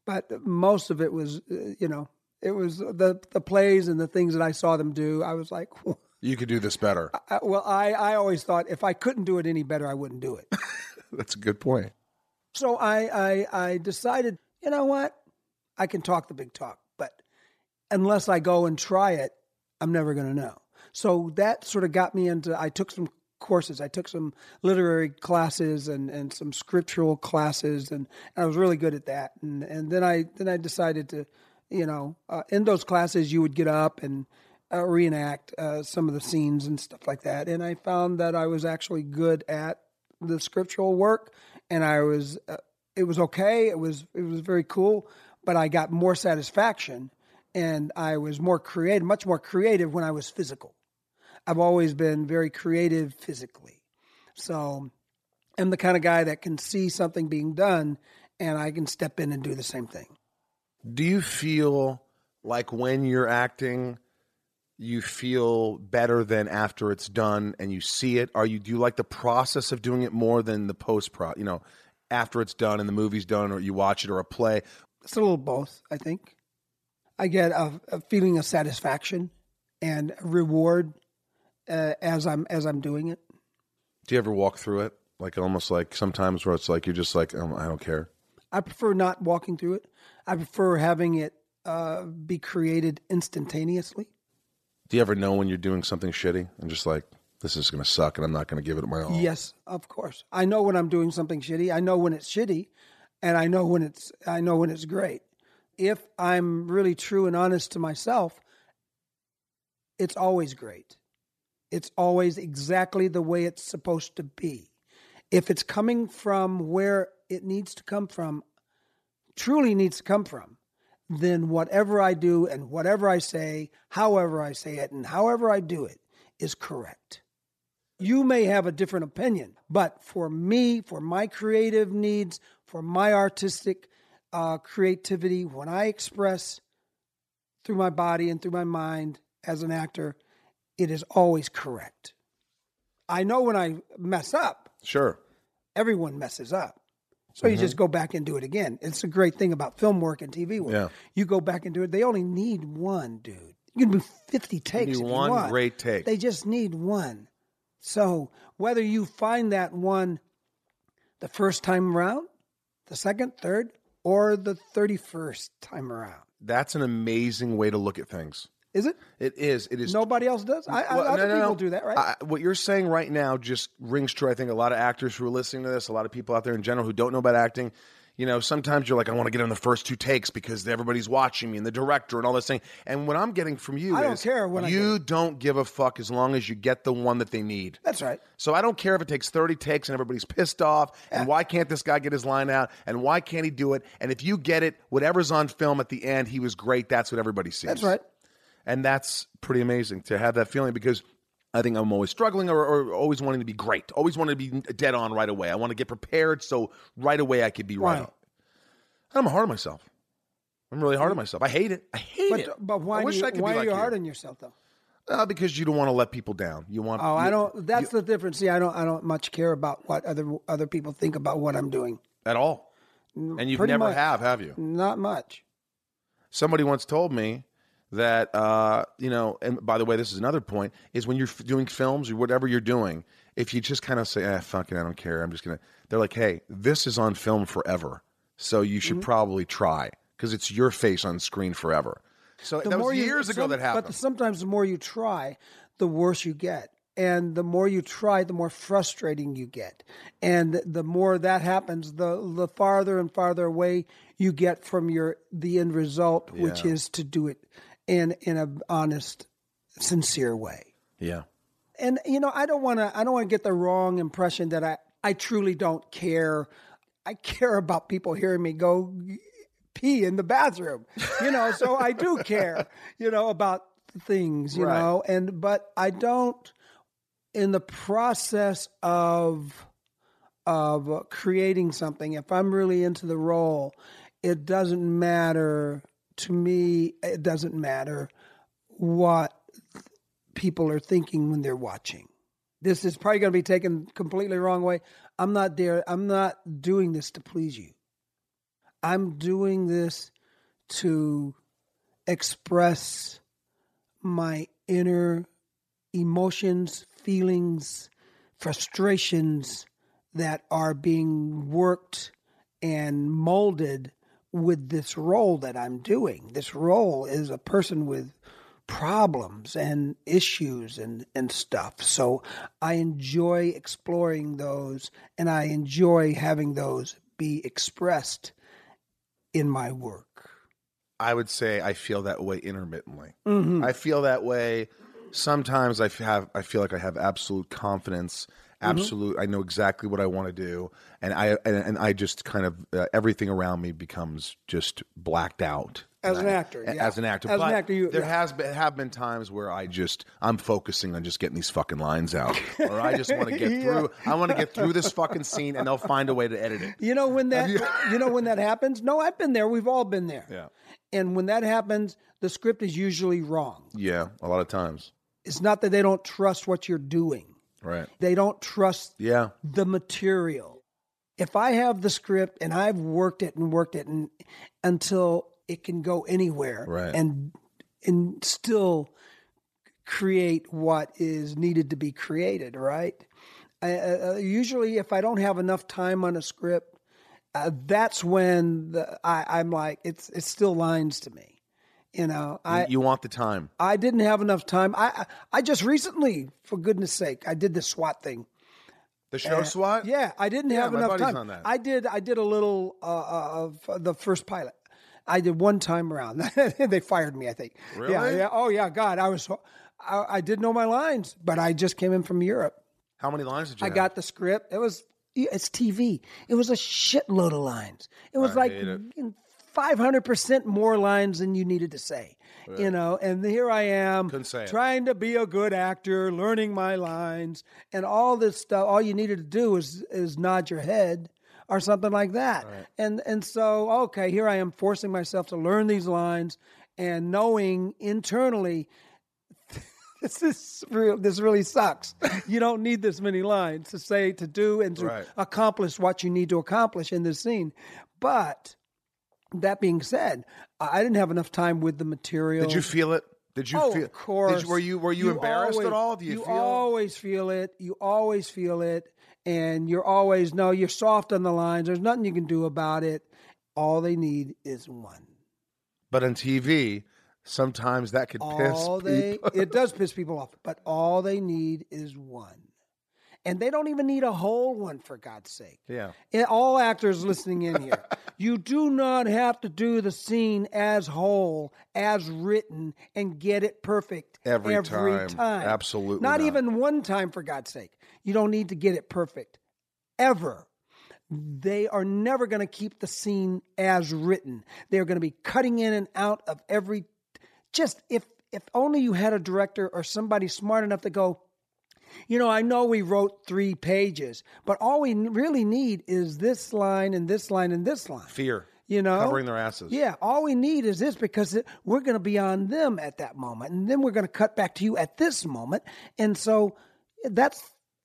But most of it was, uh, you know, it was the, the plays and the things that I saw them do. I was like, You could do this better. I, well, I, I always thought if I couldn't do it any better, I wouldn't do it. That's a good point. So I, I, I decided, you know what? I can talk the big talk, but unless I go and try it, I'm never going to know. So that sort of got me into, I took some courses. I took some literary classes and, and some scriptural classes, and, and I was really good at that. And, and then I then I decided to, you know, uh, in those classes you would get up and uh, reenact uh, some of the scenes and stuff like that. And I found that I was actually good at the scriptural work, and I was uh, it was okay. It was it was very cool, but I got more satisfaction, and I was more creative, much more creative when I was physical. I've always been very creative physically. So I'm the kind of guy that can see something being done and I can step in and do the same thing. Do you feel like when you're acting, you feel better than after it's done and you see it? Are you do you like the process of doing it more than the post pro? You know, after it's done and the movie's done, or you watch it or a play. It's a little both, I think. I get a, a feeling of satisfaction and reward uh, as I'm as I'm doing it. Do you ever walk through it? Like almost like sometimes where it's like you're just like um, I don't care. I prefer not walking through it. I prefer having it uh, be created instantaneously. Do you ever know when you're doing something shitty and just like this is gonna suck and I'm not gonna give it my all? Yes, of course. I know when I'm doing something shitty. I know when it's shitty, and I know when it's I know when it's great. If I'm really true and honest to myself, it's always great. It's always exactly the way it's supposed to be. If it's coming from where it needs to come from, truly needs to come from, then whatever I do and whatever I say, however I say it and however I do it is correct. You may have a different opinion, but for me, for my creative needs, for my artistic uh, creativity, when I express through my body and through my mind as an actor, it is always correct. I know when I mess up, Sure. everyone messes up. So you just go back and do it again. It's a great thing about film work and TV work. Yeah. You go back and do it. They only need one, dude. You can do 50 takes. need if you one want. great take. They just need one. So whether you find that one the first time around, the second, third, or the 31st time around, That's an amazing way to look at things. is it? It is. It is. Nobody else does? I, I Well, no, other no, people no. do that, right? I, what you're saying right now just rings true. I think a lot of actors who are listening to this, a lot of people out there in general who don't know about acting, you know, sometimes you're like, I want to get in the first two takes because everybody's watching me and the director and all this thing. And what I'm getting from you I don't is care when I you don't give a fuck as long as you get the one that they need. That's right. So I don't care if it takes 30 takes and everybody's pissed off and why can't this guy get his line out and why can't he do it? And if you get it, whatever's on film at the end, he was great. That's what everybody sees. That's right. And that's pretty amazing to have that feeling because I think I'm always struggling or, or always wanting to be great, always wanting to be dead on right away. I want to get prepared so right away I could be right. Right. I'm hard on myself. I'm really hard on myself. I hate it. I hate But, it. but why, I do wish you, I could why be are like you hard on yourself, though? Uh, because you don't want to let people down. You want. Oh, I Um, you- don't. That's the difference. See, I don't. I don't much care about what other other people think about what I'm doing. at all. And you Mm, pretty never much. have, have you? Not much. Somebody once told me that uh, you know and by the way this is another point is when you're f- doing films or whatever you're doing if you just kind of say ah fuck it i don't care i'm just gonna they're like hey this is on film forever so you Mm-hmm. should probably try because it's your face on screen forever so that was you- years ago some- that happened But sometimes the more you try, the worse you get. And the more you try, the more frustrating you get. And the more that happens, the the farther and farther away you get from your the end result, which is to do it in in a honest, sincere way yeah and you know i don't want to i don't want to get the wrong impression that i i truly don't care i care about people hearing me go pee in the bathroom you know so i do care you know about things you Right. know and but i don't in the process of of uh, creating something if i'm really into the role it doesn't matter to me it doesn't matter what people are thinking when they're watching. This is probably going to be taken completely wrong way. I'm not there. I'm not doing this to please you. I'm doing this to express my inner emotions, feelings, frustrations that are being worked and molded with this role that I'm doing. This role is a person with problems and issues and, and stuff. So I enjoy exploring those and I enjoy having those be expressed in my work. I would say I feel that way intermittently. Mhm. I feel that way sometimes. I f- have I feel like I have absolute confidence, Mm-hmm. absolute. I know exactly what I want to do, and I and, and I just kind of uh, everything around me becomes just blacked out. As And an I- actor, a- yeah. as an actor, As an But actor, you- there yeah. has been, have been times where I just I'm focusing on just getting these fucking lines out, or I just want to get through. I want to get through this fucking scene, and they'll find a way to edit it. You know when that you- you... know when that happens? No, I've been there. We've all been there. Yeah. And when that happens, the script is usually wrong. Yeah, a lot of times. It's not that they don't trust what you're doing. Right. They don't trust Yeah. the material. If I have the script and I've worked it and worked it and until it can go anywhere Right. and and still create what is needed to be created, right? I, uh, uh, usually, if I don't have enough time on a script, uh, that's when the, I, I'm like, it's it's still lines to me, you know. I you want the time. I didn't have enough time. I I I just recently, for goodness sake, I did the SWAT thing. The show SWAT? Eh, Yeah, I didn't have my enough buddy's time. on that. I did. I did a little uh, uh, of the first pilot. I did one time around. they fired me. I think. Yeah. Really? Yeah. Oh yeah. God, I was. so- I, I did know my lines, but I just came in from Europe. How many lines did you I have? got the script. It was. yeah, It's TV. It was a shitload of lines. It was like five hundred percent more lines than you needed to say. You know, and here I am Couldn't say it. trying to be a good actor, learning my lines, and all this stuff. All you needed to do is is nod your head or something like that. And and so okay, here I am forcing myself to learn these lines and knowing internally this is real this really sucks. you don't need this many lines to say to do and to Right. accomplish what you need to accomplish in this scene. But that being said, I I didn't have enough time with the material. Did you feel it? Did you oh, feel? of course. Did you, were you were you, embarrassed always- at all? Do you, feel? always feel it. You always feel it, and you're always no. You're soft on the lines. There's nothing you can do about it. All they need is one. but on TV, sometimes that could all piss they people. it does piss people off, but all they need is one, and they don't even need a whole one for God's sake. Yeah. And all actors listening in here, you do not have to do the scene as whole, as written, and get it perfect Every time. time. Absolutely Not, not. even one time, for God's sake. You don't need to get it perfect ever. They are never going to keep the scene as written. They're going to be cutting in and out of every. Just if if only you had a director or somebody smart enough to go, you know, I know we wrote three pages, but all we n- really need is this line and this line and this line. Fear. You know, Covering their asses. Yeah, all we need is this because it, we're going to be on them at that moment, and then we're going to cut back to you at this moment, and so that's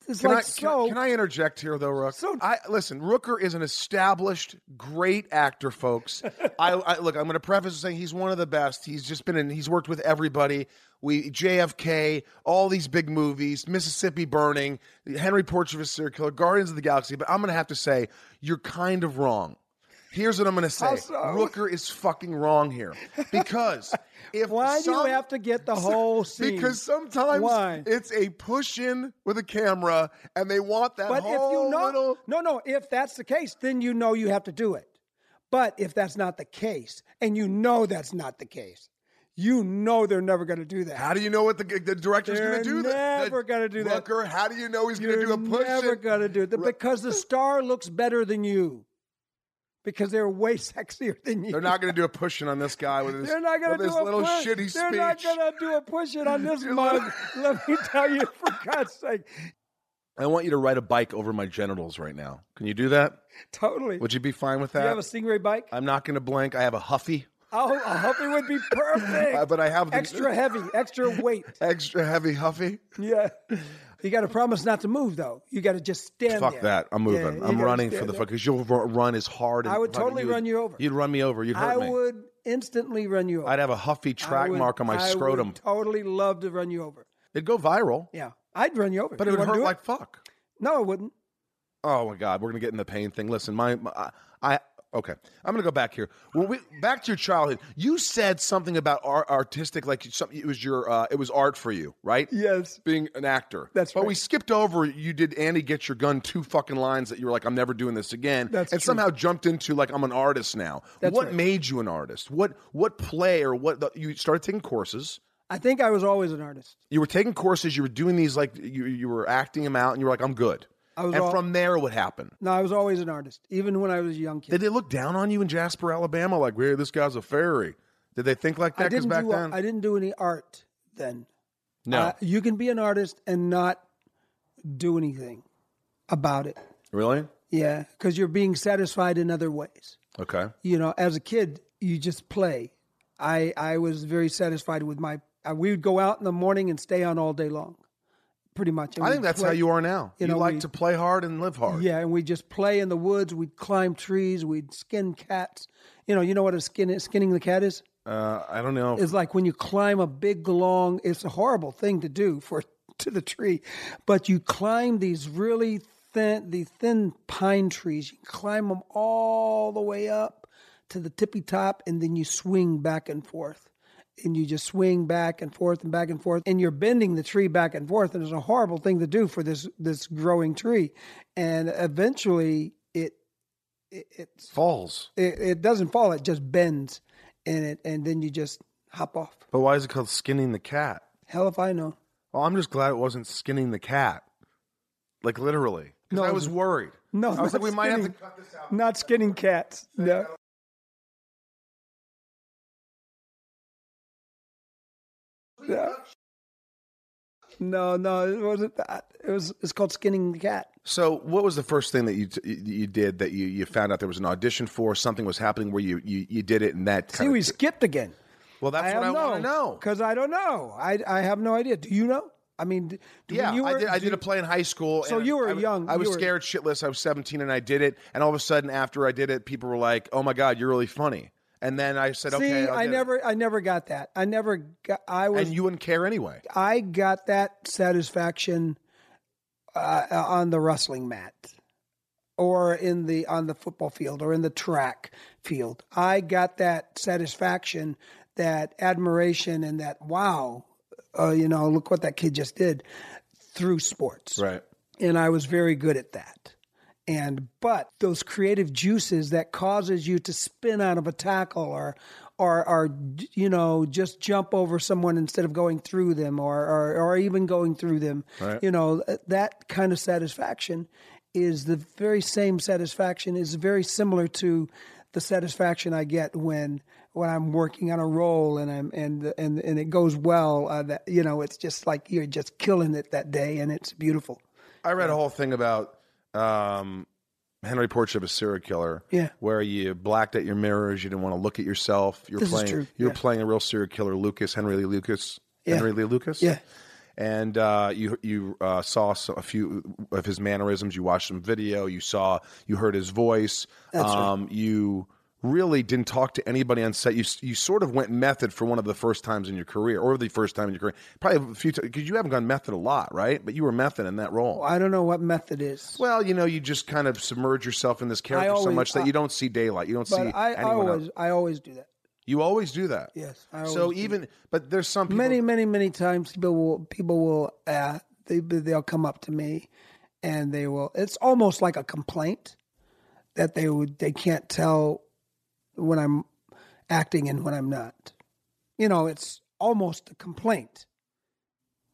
It's Can, like I, can- so. can, I interject here, though, Rook? So- I listen. Rooker is an established, great actor, folks. I, I look. I'm going to preface with saying he's one of the best. He's just been in. He's worked with everybody. We JFK, all these big movies, Mississippi Burning, Henry Portrait of a Serial Killer, Guardians of the Galaxy. But I'm going to have to say you're kind of wrong. Here's what I'm going to say: How so? Rooker is fucking wrong here because if Why do some- you have to get the whole scene? because sometimes Why? it's a push in with a camera, and they want that But if whole you know, little. no, no, if that's the case, then you know you have to do it. But if that's not the case, and you know that's not the case, you know they're never going to do that. How do you know what the, the director's going They're to do? that? never gonna do that. Rucker, how do you know he's going to You're do a push? never in? going to do it Ru- because the star looks better than you. Because they're way sexier than you. They're not going to do a push in on this guy with his, They're not gonna with his do a little push. shitty They're speech. not gonna do a push it on this mug. Let me tell you, for God's sake, I want you to ride a bike over my genitals right now. Can you do that? totally. Would you be fine with you that? have a stingray bike? I'm not going to blink. I have a huffy, Oh, a huffy would be perfect. uh, but I have the extra heavy, extra weight. extra heavy huffy. Yeah. You got to promise not to move though. You got to just stand Fuck there. that. I'm Yeah, moving. you I'm gotta running for stand the there. fuck because you'll ru- run as hard. And I would fucking- totally run you over. You'd run me over. You'd hurt I me. would instantly run you over. I'd have a huffy track I would- mark on my I would scrotum. totally love to run you over. It'd go viral, Yeah, I'd run you over. but You it would wanna hurt do like fuck. no, it wouldn't. Oh my god, we're gonna get in the pain thing. Listen, my, my I okay. I'm gonna go back here. Well, we, back to your childhood. You said something about art, artistic, like something. It was your, uh, it was art for you, right? Yes. Being an actor. That's but right. we skipped over. You did Andy get your gun two fucking lines that you were like, I'm never doing this again. That's and true. somehow jumped into like I'm an artist now. That's what right. made you an artist? What what play or what the, you started taking courses? I think I was always an artist. you were taking courses, you were doing these like you you were acting them out, and you were like, I'm good. I was and all- from there, what happened? No, I was always an artist, even when I was a young kid. Did they look down on you in Jasper, Alabama, like, "Where this guy's a fairy"? Did they think like I that? Because didn't back do then, I didn't do any art then. no, Uh, you can be an artist and not do anything about it. really, Yeah, because you're being satisfied in other ways. okay, You know, as a kid, you just play. I I was very satisfied with my. I, we would go out in the morning and stay on all day long, pretty much. and I we'd think that's play. how you are now. You, You know, like we- to play hard and live hard. Yeah, and we just play in the woods. We'd climb trees. We'd skin cats. You know, you know what a skin skinning the cat is? Uh, I don't know. is like when you climb a big long it's a horrible thing to do for to the tree but you climb these really thin the thin pine trees you climb them all the way up to the tippy top and then you swing back and forth and you just swing back and forth and back and forth and you're bending the tree back and forth and it's a horrible thing to do for this this growing tree and eventually it, it it's Falls. it, it doesn't fall it just bends and it and then you just hop off But why is it called skinning the cat? hell if i know Well, I'm just glad it wasn't skinning the cat, like literally. 'Cause No, I it was was- worried. no I was not like, we might have to skinning- cut this out. not skinning cats no no no no it wasn't that it was it's called skinning the cat So, what was the first thing that you you you did that you, you found out there was an audition for? Something was happening where you you, you did it, and that see kind we of, skipped again well, that's what I want to know. because i don't know i i have no idea do you know i mean d- do, Yeah, when you were, I did. I do did you- a play in high school. So and you were I was- young, I was you were- scared shitless. I was seventeen, and I did it. And all of a sudden, after I did it, people were like, "Oh my god, you're really funny." And then I said, see "Okay, I'll i get it." never i never got that i never got i was And you wouldn't care anyway. I got that satisfaction uh, on the wrestling mat or in the on the football field or in the track field. I got that satisfaction, that admiration and that wow, uh, you know, look what that kid just did through sports Right. and I was very good at that. And but those creative juices that causes you to spin out of a tackle or or or you know just jump over someone instead of going through them or or, or even going through them, you know that kind of satisfaction is the very same satisfaction is very similar to the satisfaction I get when when I'm working on a role and I'm and and and it goes well uh, that you know it's just like you're just killing it that day and it's beautiful. I read a whole thing about um, Henry Portrait of a serial killer. Yeah. where you blacked at your mirrors, you didn't want to look at yourself. You're This is playing. true, You're yeah. playing a real serial killer, Lucas Henry Lee Lucas. Yeah. Henry Lee Lucas. Yeah. and uh, you you uh, saw so- a few of his mannerisms. You watched some video. You saw you heard his voice. um, You really didn't talk to anybody on set. You s- you sort of went method for one of the first times in your career, or the first time in your career, probably a few times because you haven't gone method a lot, right? But you were method in that role. I don't know what method is. Well, you know, you just kind of submerge yourself in this character so always- much that I- you don't see daylight. You don't see But I, I anyone. else. always I always do that. You always do that. Yes, I always So do even, but there's some people. many many many times people will people will uh, they they'll come up to me and they will it's almost like a complaint that they would they can't tell when I'm acting and when I'm not. You know, it's almost a complaint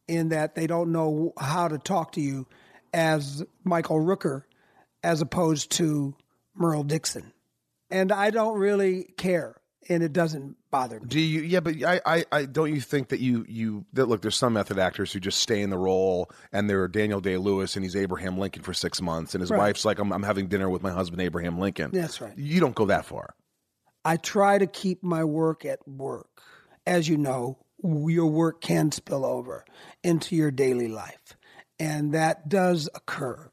in that they don't know how to talk to you as Michael Rooker as opposed to Merle Dixon. And I don't really care and it doesn't bother me. do you? Yeah, but I, I, I don't. You think that you, you that look. There's some method actors who just stay in the role, and they're Daniel Day Lewis, and he's Abraham Lincoln for six months, and his Right. wife's like, I'm, I'm having dinner with my husband Abraham Lincoln. That's right. You don't go that far. I try to keep my work at work. As you know, your work can spill over into your daily life, and that does occur.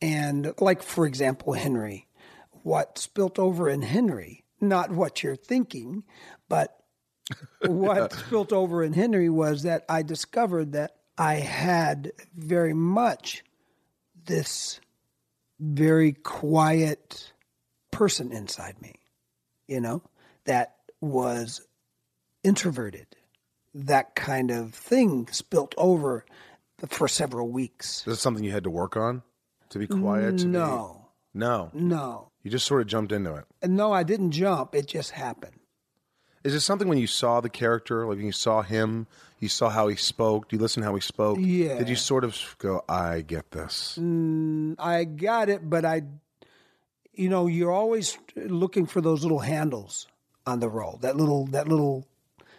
And, like, for example, Henry, what spilt over in Henry, not what you're thinking, but what spilt over in Henry was that I discovered that I had very much this very quiet person inside me you know, that was introverted. That kind of thing spilt over for several weeks. Is it something you had to work on to be quiet? To be- No, no. no, You just sort of jumped into it. And no, I didn't jump. It just happened. Is it something when you saw the character, like when you saw him, you saw how he spoke? Do you listen to how he spoke? Yeah. Did you sort of go, I get this? Mm, I got it, but I, you know, you're always looking for those little handles on the roll. That little, that little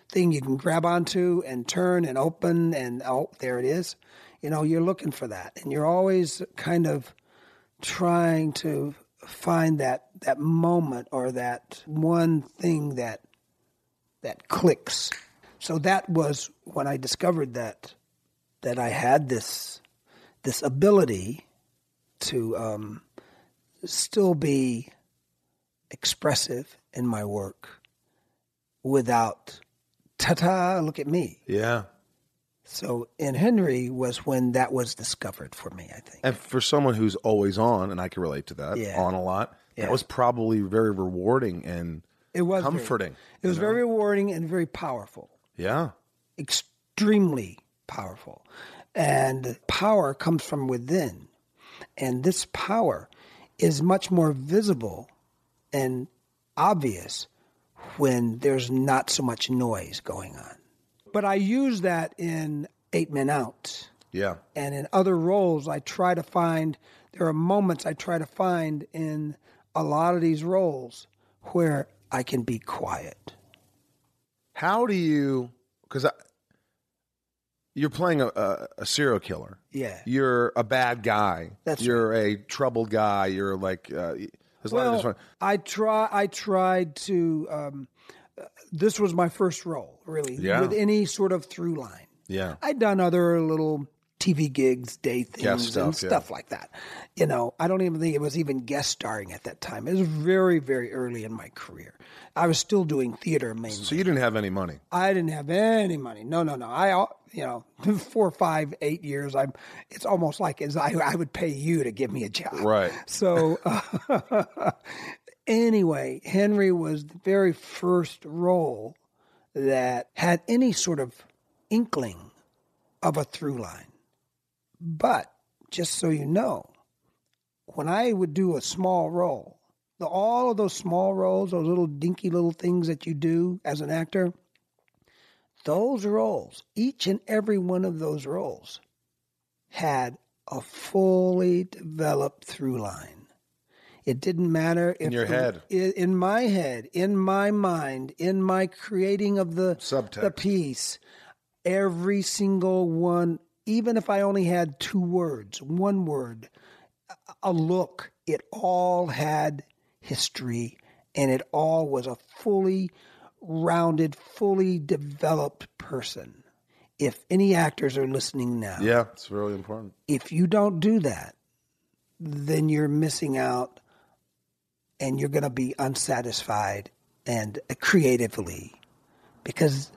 thing you can grab onto and turn and open, and oh, there it is. You know, you're looking for that, and you're always kind of trying to find that that moment or that one thing that that clicks. So that was when I discovered that that I had this this ability to um, still be expressive in my work without ta-ta look at me Yeah. so in henry was when that was discovered for me i think And for someone who's always on, and I can relate to that, Yeah. on a lot, Yeah. that was probably very rewarding and it was very- comforting. it was very rewarding and very powerful Yeah. extremely powerful. And power comes from within. And this power is much more visible and obvious when there's not so much noise going on. But I use that in Eight Men Out Yeah. and in other roles i try to find there are moments i try to find in a lot of these roles where i can be quiet How do you, because you're playing a, a, a serial killer, yeah you're a bad guy, That's you're a troubled guy, you're like, uh, there's a lot of well, different- I try. I tried to. Um, uh, this was my first role, really, Yeah. with any sort of through line. Yeah. I'd done other little TV gigs, day things, and stuff, yeah. stuff like that. You know, I don't even think it was even guest starring at that time. It was very, very early in my career. I was still doing theater mainly. So you didn't have any money. I didn't have any money. No, no, no. I, al- you know, four, five, eight years. I'm. It's almost like as I, I would pay you to give me a job. Right. So, uh, anyway, Henry was the very first role that had any sort of inkling of a through line. But just so you know, when I would do a small role, the, all of those small roles, those little dinky little things that you do as an actor, those roles, each and every one of those roles, had a fully developed through line. It didn't matter if your the- head. i- in my head, in my mind, in my creating of the the Subtext. piece, every single one, even if I only had two words, one word, a- a look, it all had history and it all was a fully rounded, fully developed person. if any actors are listening now, Yeah, it's really important. if you don't do that, then you're missing out and you're going to be unsatisfied and creatively because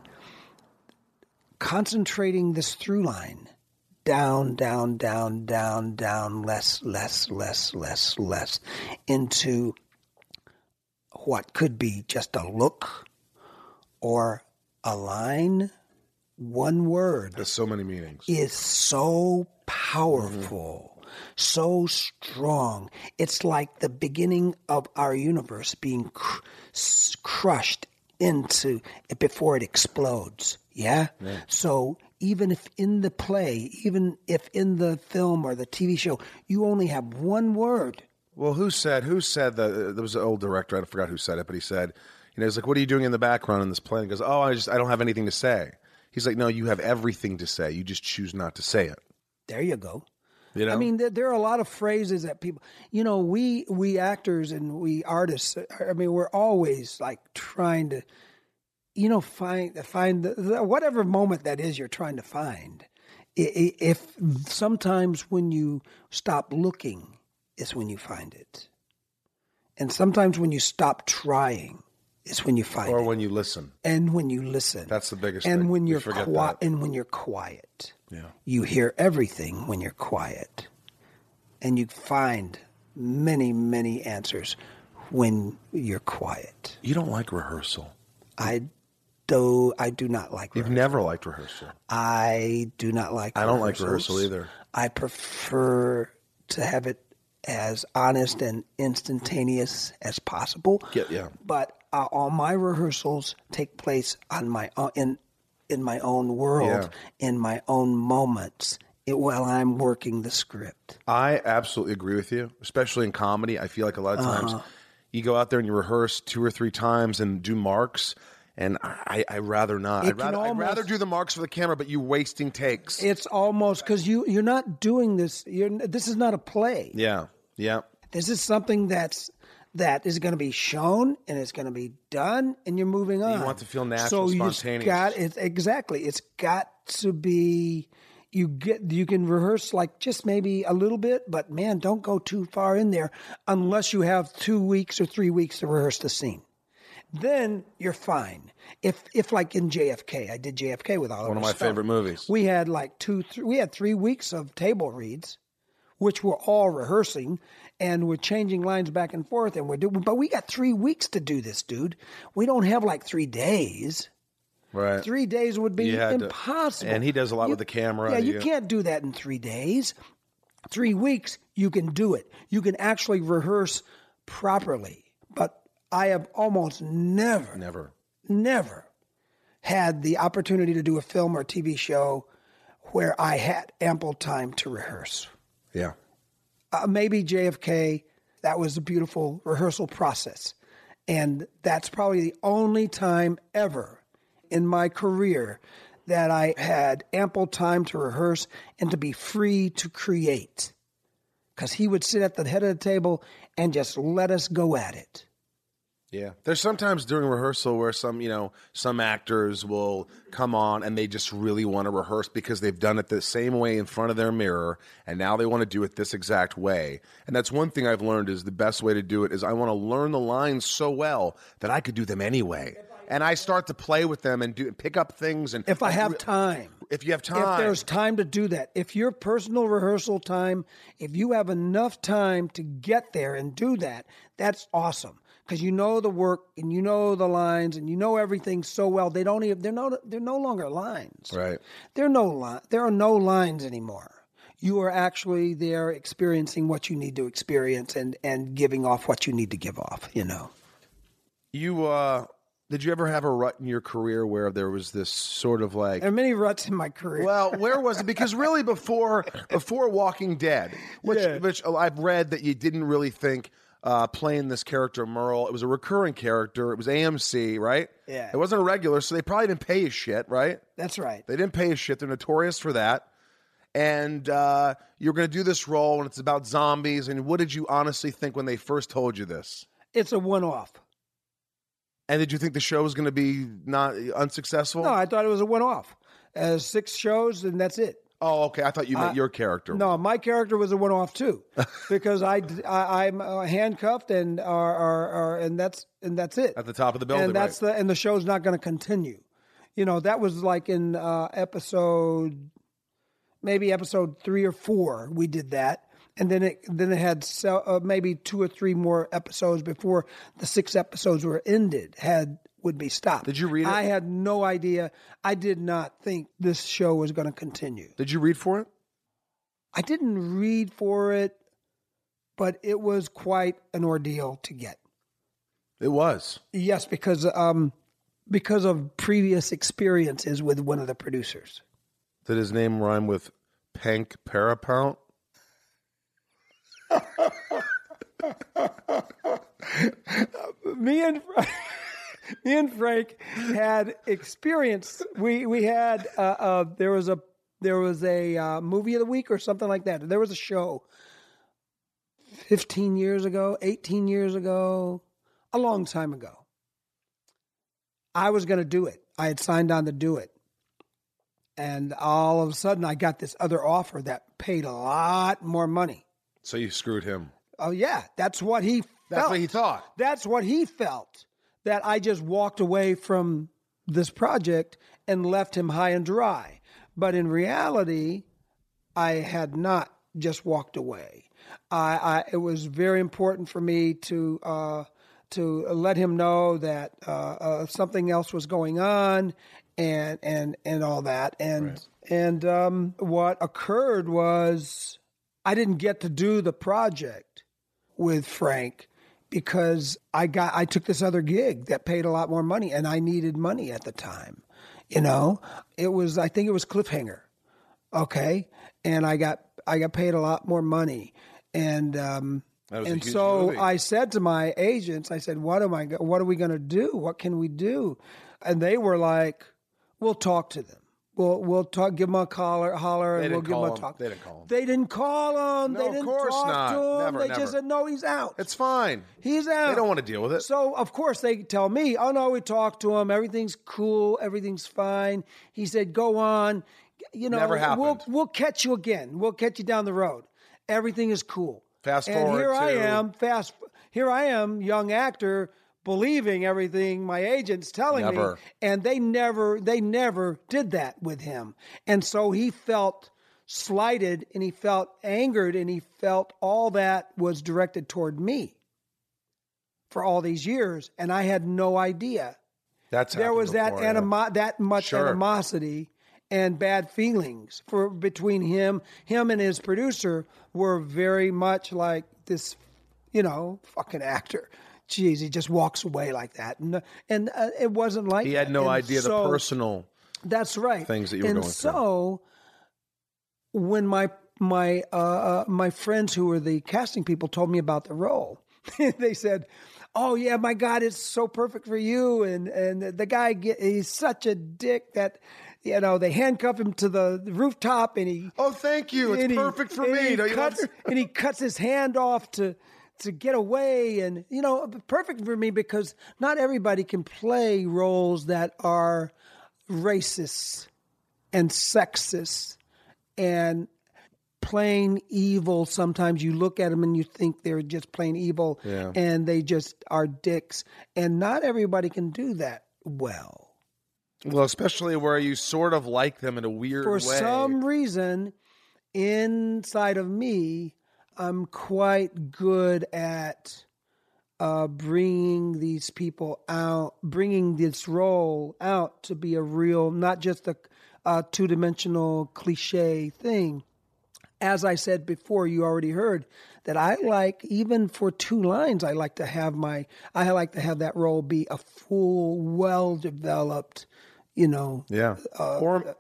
concentrating this through line down, down, down, down, down, less, less, less, less, less into what could be just a look or a line, one word There's so many meanings. is so powerful, so strong. It's like the beginning of our universe being cr- s- crushed into before it explodes. Yeah? So even if in the play, even if in the film or the TV show, you only have one word. Well, who said? Who said that? There was an old director. I forgot who said it, but he said, you know, he's like, "What are you doing in the background in this plane?" He goes, "Oh, I just I don't have anything to say." He's like, "No, you have everything to say. You just choose not to say it." There you go. You know, I mean, there, there are a lot of phrases that people, you know, we we actors and we artists. I mean, we're always like trying to, you know, find find the, the, whatever moment that is you're trying to find. I- i- If sometimes when you stop looking is when you find it, and sometimes when you stop trying is when you find or it, when you listen, and when you listen that's the biggest. and thing. when We you're forget quiet that. and when you're quiet you hear everything when you're quiet and you find many many answers when you're quiet you don't like rehearsal. i do i do not like You've rehearsal. never liked rehearsal. i do not like I don't like rehearsals. rehearsal either. i prefer to have it as honest and instantaneous as possible Yeah, yeah. but uh, all my rehearsals take place on my own, in in my own world, in my own moments, it, while I'm working the script. I absolutely agree with you, especially in comedy. I feel like a lot of times Uh-huh. you go out there and you rehearse two or three times and do marks, and I, I I'd rather not. It I'd rather, can I'd rather almost- do the marks for the camera, but you wasting takes. It's almost because you you're not doing this. You're this is not a play. yeah, yeah. This is something that's that is going to be shown and it's going to be done, and you're moving on. want to feel natural, so you just spontaneous. Got it exactly. It's got to be. You get you can rehearse like just maybe a little bit, but man, don't go too far in there unless you have two weeks or three weeks to rehearse the scene. Then you're fine. If if like in JFK, I did JFK with Oliver. One of my Stone. favorite movies. We had like two, th- we had three weeks of table reads, which were all rehearsing, and we're changing lines back and forth, and we're doing. But we got three weeks to do this, dude. We don't have like three days. right. Three days would be You had to- impossible. and he does a lot with the camera. Yeah, you You- can't do that in three days. Three weeks, you can do it. You can actually rehearse properly. But I have almost never Never. never had the opportunity to do a film or TV show where I had ample time to rehearse. Yeah. Uh, maybe JFK, that was a beautiful rehearsal process. And that's probably the only time ever in my career that I had ample time to rehearse and to be free to create. Because he would sit at the head of the table and just let us go at it. Yeah. There's sometimes during rehearsal where some, you know, some actors will come on and they just really want to rehearse because they've done it the same way in front of their mirror and now they want to do it this exact way. And that's one thing I've learned is the best way to do it is I want to learn the lines so well that I could do them anyway. And I start to play with them and do pick up things and If I have re- time. if you have time. If there's time to do that, if your personal rehearsal time, if you have enough time to get there and do that, that's awesome because you know the work and you know the lines and you know everything so well. They don't even they're no they're no longer lines. right. There are no li- there are no lines anymore. You are actually there experiencing what you need to experience and and giving off what you need to give off. You know. You uh did you ever have a rut in your career where there was this sort of like There are many ruts in my career. Well, where was it? Because really, before before Walking Dead, which which I've read that you didn't really think uh, playing this character Merle, it was a recurring character. It was AMC, right? Yeah. It wasn't a regular, so they probably didn't pay you shit, right? that's right. They didn't pay you shit. They're notorious for that. And uh, you're going to do this role, and it's about zombies. And what did you honestly think when they first told you this? It's a one off. And did you think the show was going to be not unsuccessful? No, I thought it was a one off. as six shows, and that's it. Oh, okay. I thought you meant your character. No, my character was a one-off too, because I, I am uh, handcuffed and are, are, are and that's and that's it. At the top of the building, and that's the and the show's not going to continue. You know, that was like in uh, episode, maybe episode three or four. We did that, and then it then it had so, uh, maybe two or three more episodes before the six episodes were ended. Had would be stopped. Did you read it? I had no idea. I did not think this show was going to continue. Did you read for it? I didn't read for it, but it was quite an ordeal to get. It was. Yes, because um, because of previous experiences with one of the producers. Did his name rhyme with Pank Parapount? Me and me and Frank had experienced. We we had uh, uh, there was a there was a uh, movie of the week or something like that. There was a show. 15 years ago, 18 years ago, a long time ago. I was going to do it. I had signed on to do it. And all of a sudden, I got this other offer that paid a lot more money. So you screwed him. Oh, yeah. That's what he felt. That's what he thought. That's what he felt. That I just walked away from this project and left him high and dry. But in reality, I had not just walked away. I, I it was very important for me to uh, to let him know that uh, uh, something else was going on, and and and all that. And and um, what occurred was I didn't get to do the project with Frank because I got I took this other gig that paid a lot more money and I needed money at the time. You know, it was I think it was Cliffhanger. Okay? And I got I got paid a lot more money and um That was a and huge so movie. I said to my agents, I said, "What am I go- what are we going to do? What can we do?" And they were like, "We'll talk to them. We'll we'll talk give them a collar, holler They and didn't we'll give them call a him. talk." They didn't call him. They didn't call him. No, they of didn't course talk not. to him. Never, they never. just said, "No, he's out." It's fine. He's out. They don't want to deal with it. So of course they tell me, "Oh no, we talked to him. Everything's cool. Everything's fine." He said, "Go on. You know, Never we'll happened. we'll catch you again. We'll catch you down the road. Everything is cool." Fast and forward here I to- am, fast. Here I am, young actor, believing everything my agents telling Never. me, and they never, they never did that with him, and so he felt slighted, and he felt angered, and he felt all that was directed toward me for all these years, and I had no idea That's there happened was that before, yeah. animo- that much Sure. animosity and bad feelings for between him him and his producer were very much like this you know fucking actor jeez he just walks away like that and and uh, it wasn't like He had that. no And idea the so- personal. that's right. things that you were and going through. so, when my my uh, uh, my friends who were the casting people told me about the role, they said, "Oh yeah, my God, it's so perfect for you." And and the guy get, he's such a dick that you know they handcuff him to the rooftop and he Oh, thank you. It's and he- perfect for and me. He Don't you cuts, want- and he cuts his hand off to to get away, and you know, perfect for me because not everybody can play roles that are racist and sexist and plain evil. Sometimes you look at them and you think they're just plain evil, and they just are dicks, and not everybody can do that well. Well, especially where you sort of like them in a weird for way. some reason inside of me i'm quite good at uh, bringing these people out bringing this role out to be a real not just a, a two-dimensional cliche thing as i said before you already heard that i like even for two lines i like to have my i like to have that role be a full well developed you know Yeah. uh, or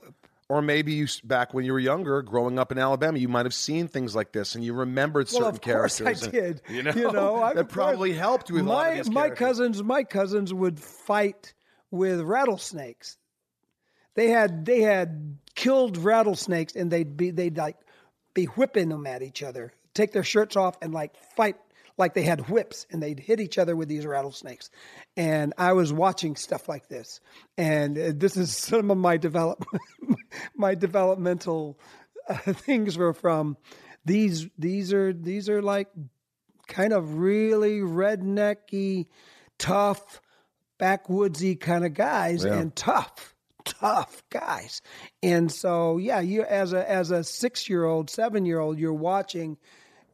or maybe you s- back when you were younger, growing up in Alabama, you might have seen things like this and you remembered certain well, of characters. Course I and- did. You know, I- that of course. probably helped with a my lot of these my characters. cousins. My cousins would fight with rattlesnakes. They had they had killed rattlesnakes and they'd be they'd like be whipping them at each other, take their shirts off and like fight like they had whips and they'd hit each other with these rattlesnakes. And I was watching stuff like this. And uh, this is some of my develop my developmental uh, things were from these these are these are like kind of really rednecky, tough, backwoodsy kind of guys Yeah. and tough, tough guys. And so, yeah, you as a as a six year old, seven year old, you're watching,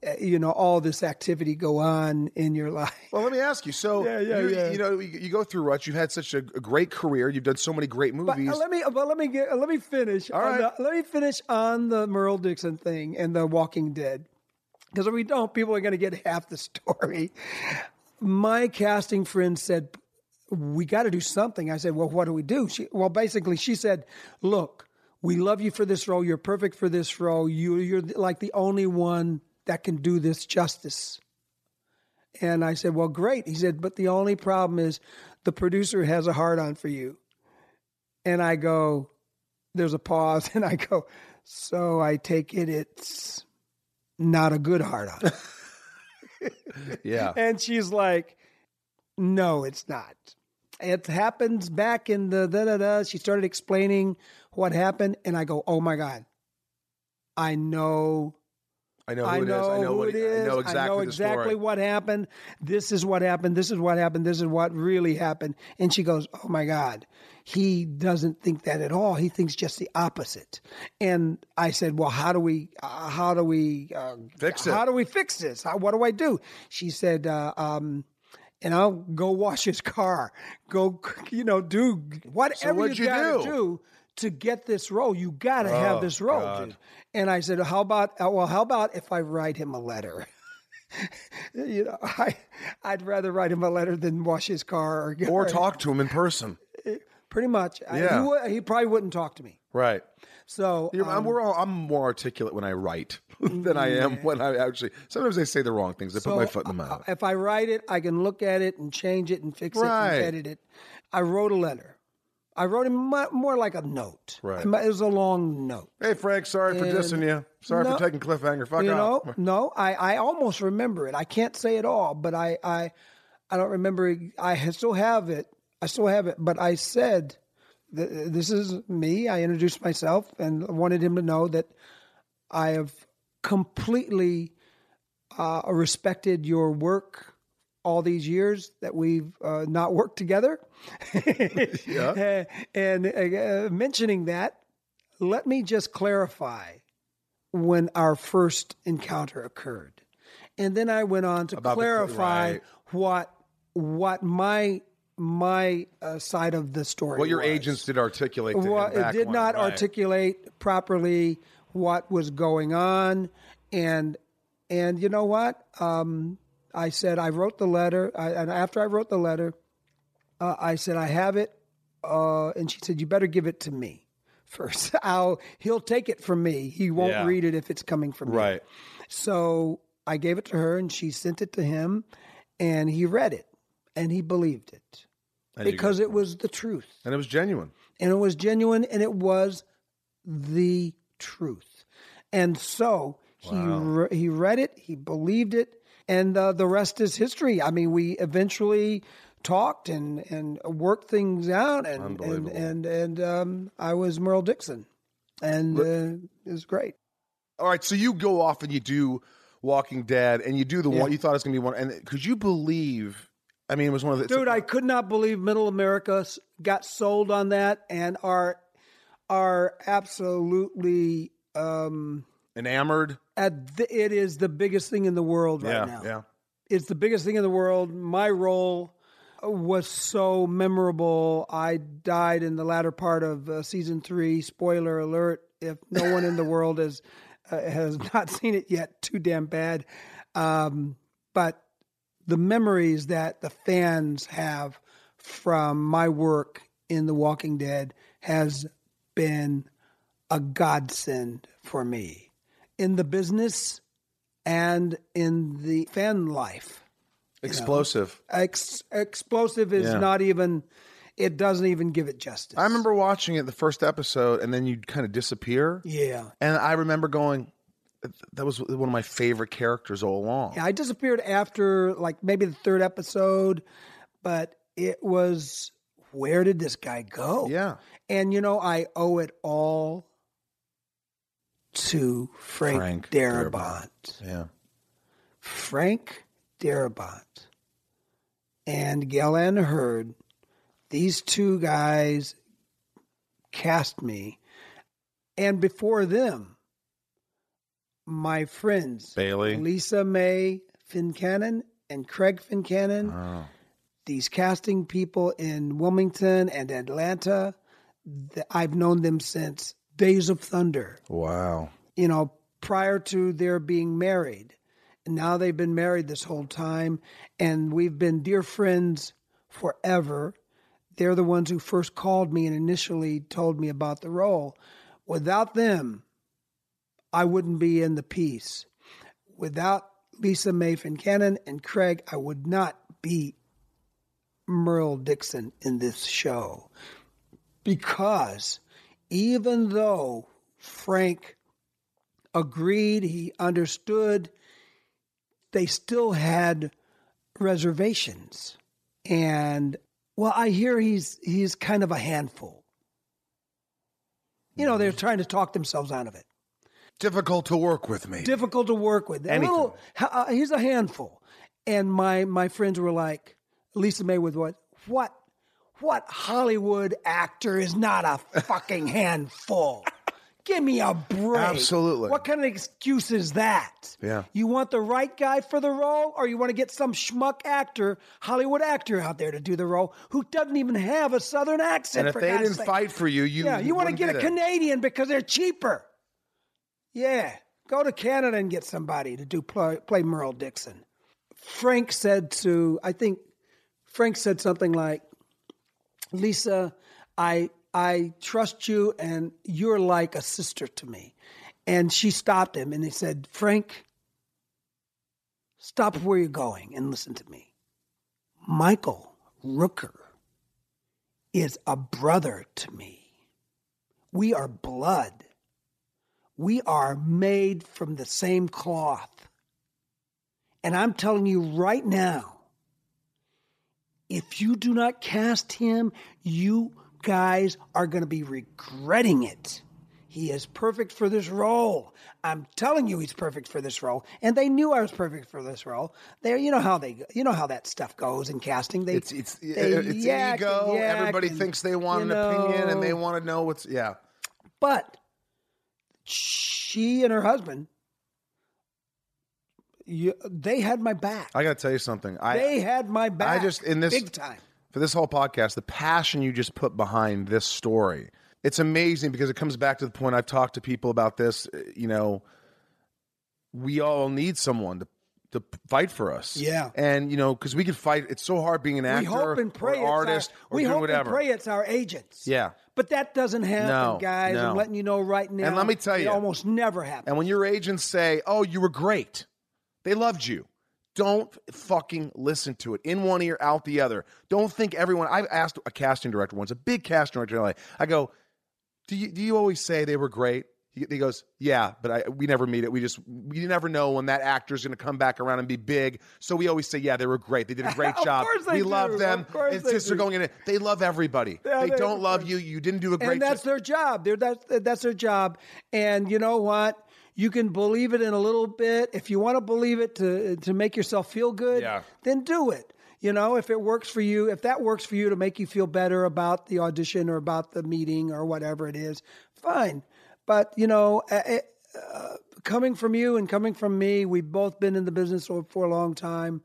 uh, you know, all this activity go on in your life. Well, let me ask you. So, Yeah, yeah, you, yeah. you know, you, you go through ruts. You've had such a, a great career. You've done so many great But movies. uh, let me, but let me get, let me finish. All on right. the- let me finish on the Merle Dixon thing and the Walking Dead, because if we don't, people are going to get half the story. My casting friend said, "We got to do something." I said, "Well, what do we do?" She, well, basically, she said, "Look, we love you for this role. You're perfect for this role. You, you're like the only one that can do this justice." And I said, "Well, great." He said, "But the only problem is, the producer has a hard on for you." And I go, there's a pause, and I go, so I take it it's not a good hard on. Yeah. and she's like, no, it's not. It happens back in the da da da. She started explaining what happened, and I go, oh my God, I know I know who I it is. know I know who what it he- is. I know exactly, the story. exactly what happened. This is what happened. This is what happened. This is what really happened. And she goes, "Oh my God, he doesn't think that at all. He thinks just the opposite." And I said, "Well, how do we? Uh, how do we uh, Fix it. How do we fix this? How, what do I do?" She said, uh, um, "And I'll go wash his car. Go, you know, do whatever what'd you, you do? Oh, gotta do to get this role. You gotta have this role, dude." And I said, "How about uh, well? How about if I write him a letter? you know, I I'd rather write him a letter than wash his car or get or talk to him in person. Pretty much, I- Yeah. he, would- he probably wouldn't talk to me. Right. So You're- I'm, um, Mm-hmm. we're all, I'm more articulate when I write than I am when I actually. Sometimes I say the wrong things. I put my So, foot in the uh, mouth. If I write it, I can look at it and change it and fix it Right. and edit it. I wrote a letter. I wrote him mu- more like a note. Right. It was a long note. hey, Frank, sorry for And- dissing you. Sorry No. for taking cliffhanger. Fuck you off. know no I, I almost remember it i can't say it all but i i i don't remember it. i ha- still have it i still have it but i said th- this is me i introduced myself and wanted him to know that i have completely uh, respected your work all these years that we've uh, not worked together yeah. and uh, mentioning that let me just clarify when our first encounter occurred. And then I went on to About the- clarify right. what what my my uh, side of the story. Well, your was. agents did articulate. To Well, him back it did when, not right. articulate properly what was going on, and and you know what? Um, I said I wrote the letter, I, and after I wrote the letter, uh, I said I have it, uh, and she said you better give it to me first. I'll he'll take it from me. He won't Yeah. read it if it's coming from me. Right. So I gave it to her, and she sent it to him, and he read it, and he believed it And you because it was the truth And it was genuine. and it was genuine and it was the truth. And so he re- he read it, he believed it, and uh, the rest is history. I mean, we eventually talked and and worked things out, and and and, and um, I was Merle Dixon, and uh, it was great. All right, so you go off and you do Walking Dead, and you do the one you thought it was going to be one. And could you believe? I mean, it was one of the dude i could not believe middle america s- got sold on that and are are absolutely um enamored. at the, it is the biggest thing in the world right yeah, now yeah. it's the biggest thing in the world my role was so memorable i died in the latter part of uh, season three spoiler alert if no one in the world has uh, has not seen it yet too damn bad um but the memories that the fans have from my work in The Walking Dead has been a godsend for me in the business and in the fan life. Explosive. Ex- explosive is Yeah. not even, it doesn't even give it justice. I remember watching it the first episode, and then you kind of disappear. Yeah. And I remember going, that was one of my favorite characters all along. Yeah, I disappeared after like maybe the third episode, but it was where did this guy go? Yeah. And you know, I owe it all to Frank, Frank Darabont. Yeah. Frank Darabont and Galen Hurd, these two guys cast me. And before them, my friends Bailey. Lisa May Fincannon and Craig Fincannon, Oh. these casting people in Wilmington and Atlanta, th- I've known them since Days of Thunder, Wow. you know, prior to their being married. And now they've been married this whole time, and we've been dear friends forever. They're the ones who first called me and initially told me about the role. Without them, I wouldn't be in the piece. Without Lisa May Cannon and Craig, I would not be Merle Dixon in this show. Because even though Frank agreed, he understood, they still had reservations. And well, I hear he's he's kind of a handful. You know, they're trying to talk themselves out of it Difficult to work with me. difficult to work with. A little, uh, he's a handful. And my my friends were like, Lisa May with what? What? What Hollywood actor is not a fucking handful? Give me a break. Absolutely. What kind of excuse is that? Yeah. You want the right guy for the role, or you want to get some schmuck actor, Hollywood actor out there to do the role who doesn't even have a southern and accent? if for they God's didn't sake. fight for you, you Yeah, you want to wouldn't get do a that. Canadian because they're cheaper. Yeah, go to Canada and get somebody to do play, play Merle Dixon. Frank said to, I think Frank said something like, "Lisa, I I trust you, and you're like a sister to me." And she stopped him, and he said, "Frank, stop where you're going and listen to me. Michael Rooker is a brother to me." We are blood. We are made from the same cloth. And I'm telling you right now, if you do not cast him, you guys are going to be regretting it. He is perfect for this role. I'm telling you, he's perfect for this role. And they knew I was perfect for this role. They, you know how they, you know how that stuff goes in casting. They, It's it's they it's yak ego. and yak Everybody and, thinks they want an you opinion and know. they want to know what's yeah. But she and her husband, you, they had my back. I got to tell you something. I they had my back. just- in this- big time. for this whole podcast, the passion you just put behind this story. It's amazing because it comes back to the point I've talked to people about this. uh, You know, we all need someone to to p- fight for us. Yeah. and you know, because we could fight. It's so hard being an we actor, hope and pray or artist, it's or our, we doing hope whatever. and pray it's our agents. Yeah, But that doesn't happen, No, guys. no. I'm letting you know right now. let me tell it you- almost never happens. and when your agents say, "Oh, you were great," they loved you. Don't fucking listen to it. In one ear, out the other. Don't think everyone. I've asked a casting director once, a big casting director in LA. I go, do you do you always say they were great? He, he goes, yeah, but I, we never meet it. We just we never know when that actor is going to come back around and be big. So we always say, yeah, they were great. They did a great Of job. course they we do. love them. Of course it's they just they're do. going in. it. They love everybody. Yeah, they they- don't love you. You didn't do a great and that's job. their job. They're, that's that's their job. And you know what? You can believe it in a little bit if you want to believe it to to make yourself feel good. Yeah. Then do it. You know, if it works for you, if that works for you to make you feel better about the audition or about the meeting or whatever it is, fine. But you know, uh, it, uh, coming from you and coming from me, we've both been in the business for for a long time.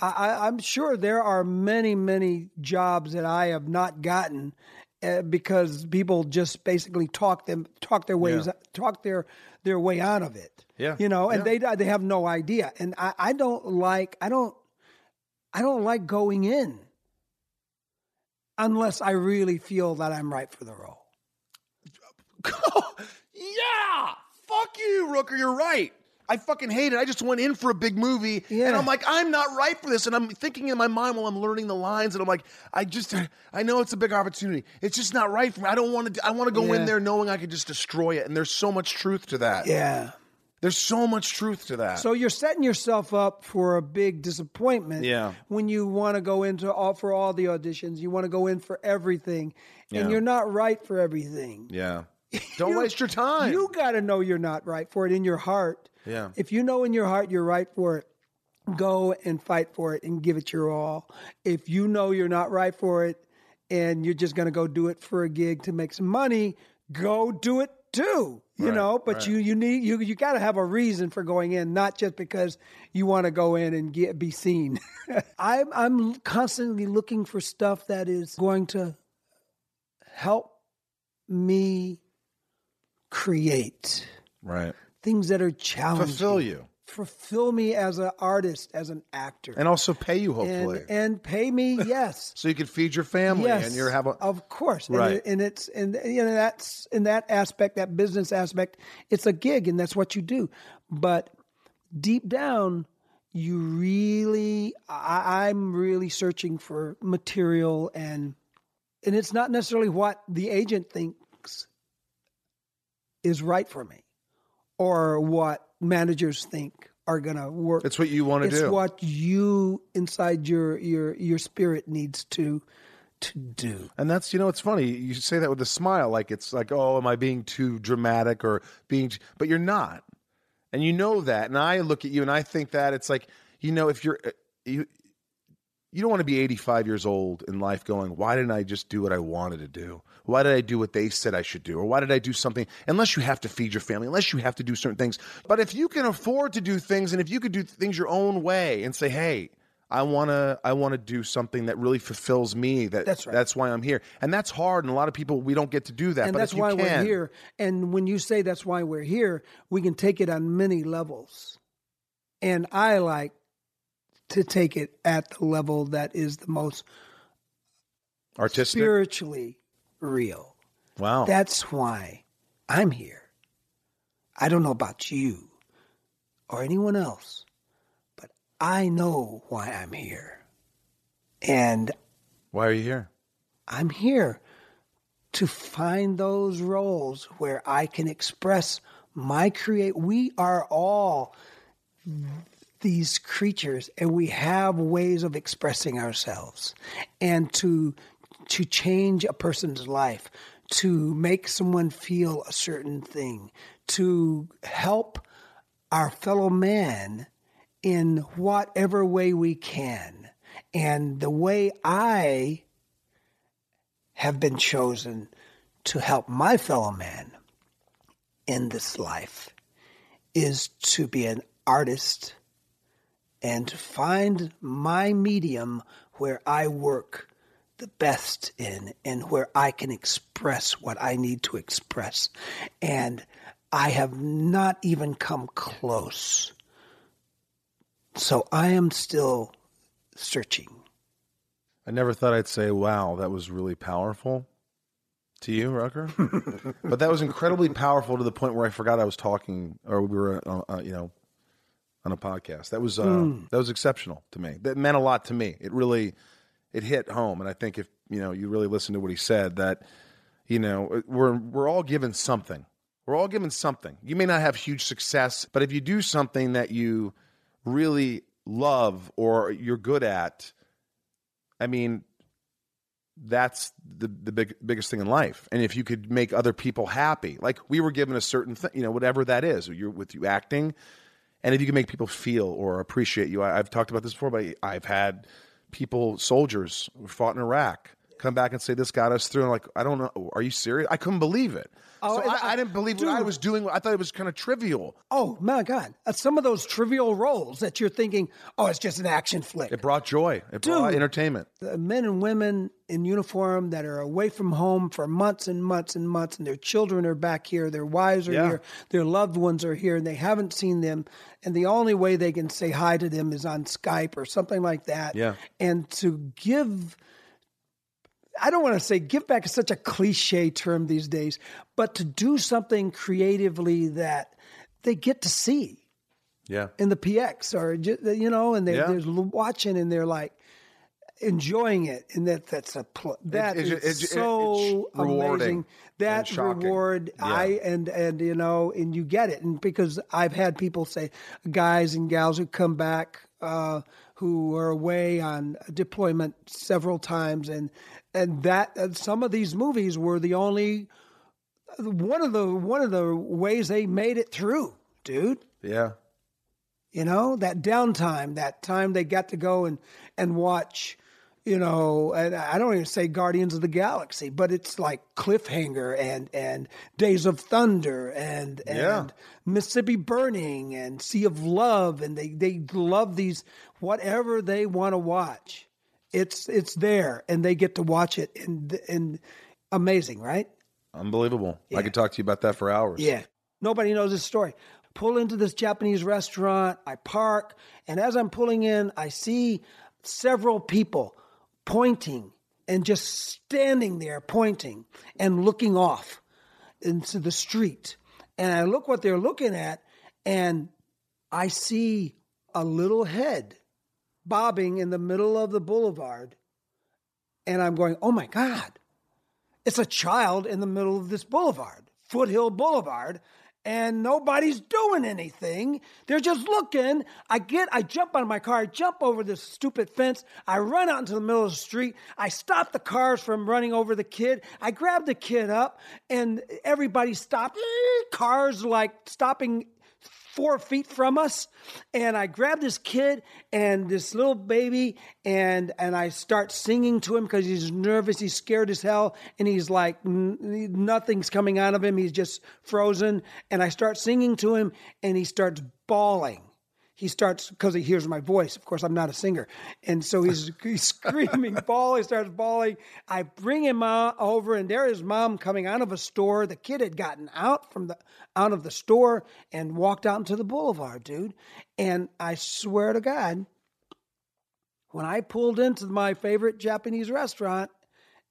I, I, I'm sure there are many, many jobs that I have not gotten uh, because people just basically talk them talk their ways talk their their way out of it. Yeah. you know, and they they have no idea. And I, I don't like I don't I don't like going in unless I really feel that I'm right for the role. yeah, fuck you, Rooker. You're right. I fucking hate it. I just went in for a big movie, and Yeah. I'm like, I'm not right for this. And I'm thinking in my mind while I'm learning the lines, and I'm like, I just, I know it's a big opportunity. It's just not right for me. I don't want to. I want to go Yeah. in there knowing I could just destroy it. And there's so much truth to that. Yeah. There's so much truth to that. So you're setting yourself up for a big disappointment Yeah. when you want to go into all for all the auditions. You want to go in for everything, and you're not right for everything. yeah. Don't waste your time. You got to know you're not right for it in your heart. yeah. If you know in your heart you're right for it, go and fight for it and give it your all. If you know you're not right for it and you're just going to go do it for a gig to make some money, go do it too. You know, but you you need you you got to have a reason for going in, not just because you want to go in and get be seen. I'm I'm constantly looking for stuff that is going to help me create Right. things that are challenging Fulfill you. fulfill me as an artist, as an actor, And also pay you, and, hopefully. and pay me. Yes, so you can feed your family yes, and you have a. of course, Right. And, it- and it's and you know that's in that aspect, that business aspect, it's a gig, and that's what you do. But deep down, you really, I, I'm really searching for material, and and it's not necessarily what the agent thinks is right for me, or what managers think are gonna work It's what you want to it's do. what you inside your your your spirit needs to to do And that's you know it's funny you say that with a smile like it's like oh am I being too dramatic or being t-" but you're not and you know that and I look at you and I think that it's like you know if you're uh, you you don't want to be 85 years old in life going why didn't I just do what I wanted to do why did I do what they said I should do or why did I do something unless you have to feed your family unless you have to do certain things but if you can afford to do things and if you could do things your own way and say hey I want to I want to do something that really fulfills me that That's right. that's why I'm here. And that's hard. And a lot of people, we don't get to do that. and but that's if you why can, we're here and when you say that's why we're here we can take it on many levels and i like to take it at the level that is the most Artistic. Oh. spiritually real wow. that's why i'm here i don't know about you or anyone else but i know why i'm here and why are you here? I'm here to find those roles where I can express my create. We are all these creatures and we have ways of expressing ourselves and to to change a person's life to make someone feel a certain thing to help our fellow man in whatever way we can and the way i have been chosen to help my fellow man in this life is to be an artist and to find my medium where I work the best in and where I can express what I need to express. And I have not even come close. So I am still searching. I never thought I'd say, wow, that was really powerful to you, Rucker. but that was incredibly powerful to the point where I forgot I was talking or we were, uh, uh, you know, on a podcast. That was, uh, that was exceptional to me. That meant a lot to me. It really, it hit home. And I think if, you know, you really listen to what he said that, you know, uh, we're, we're all given something. We're all given something. You may not have huge success, but if you do something that you really love or you're good at, I mean, that's the the big biggest thing in life. And if you could make other people happy, like we were given a certain thing, you know, whatever that is, you're with you acting, and if you can make people feel or appreciate you, I, I've talked about this before, but I've had people, soldiers, who fought in Iraq. Come back and say this got us through. And like, I don't know. Are you serious? I couldn't believe it. Oh, so and I, I didn't believe what I dude. was doing. I thought it was kind of trivial. Oh my God! Uh, Some of those trivial roles that you're thinking, oh, it's just an action flick. It brought joy. It brought Dude. entertainment. the men and women in uniform that are away from home for months and months and months, and their children are back here, their wives are Yeah. here, their loved ones are here, and they haven't seen them. And the only way they can say hi to them is on Skype or something like that. Yeah. And to give, I don't want to say give back is such a cliche term these days, but to do something creatively that they get to see Yeah. in the PX or ju- you know, and they, Yeah. they're l- watching and they're like, enjoying it, and that that's a pl- that it's- is it's- it's so rewarding amazing. That and shocking. reward, I and and you know, and you get it, and because I've had people say, guys and gals who come back uh, who are away on deployment several times, and and that and some of these movies were the only one of the one of the ways they made it through, dude Yeah. you know that downtime that time they got to go and and watch you know and i don't even say guardians of the galaxy but it's like cliffhanger and and days of thunder and and mississippi burning and sea of love and they they love these whatever they want to watch it's it's there and they get to watch it and and amazing right Unbelievable. Yeah. I could talk to you about that for hours. yeah. Nobody knows this story. Pull into this Japanese restaurant. I park. And as I'm pulling in, I see several people pointing and just standing there pointing and looking off into the street. And I look what they're looking at, and I see a little head bobbing in the middle of the boulevard. And I'm going, oh my God, it's a child in the middle of this boulevard, Foothill Boulevard, and nobody's doing anything. They're just looking. I get, I jump out of my car, I jump over this stupid fence, I run out into the middle of the street, I stop the cars from running over the kid, I grab the kid up, and everybody stopped. Cars like stopping four feet from us and i grab this kid and this little baby and and i start singing to him because he's nervous he's scared as hell and he's like n- nothing's coming out of him he's just frozen and i start singing to him and he starts bawling he starts because he hears my voice. Of course, I'm not a singer, and so he's, he's screaming, bawling, starts bawling. I bring him out, over, and there is mom coming out of a store. The kid had gotten out from the out of the store and walked out into the boulevard, dude. And I swear to God, when I pulled into my favorite Japanese restaurant,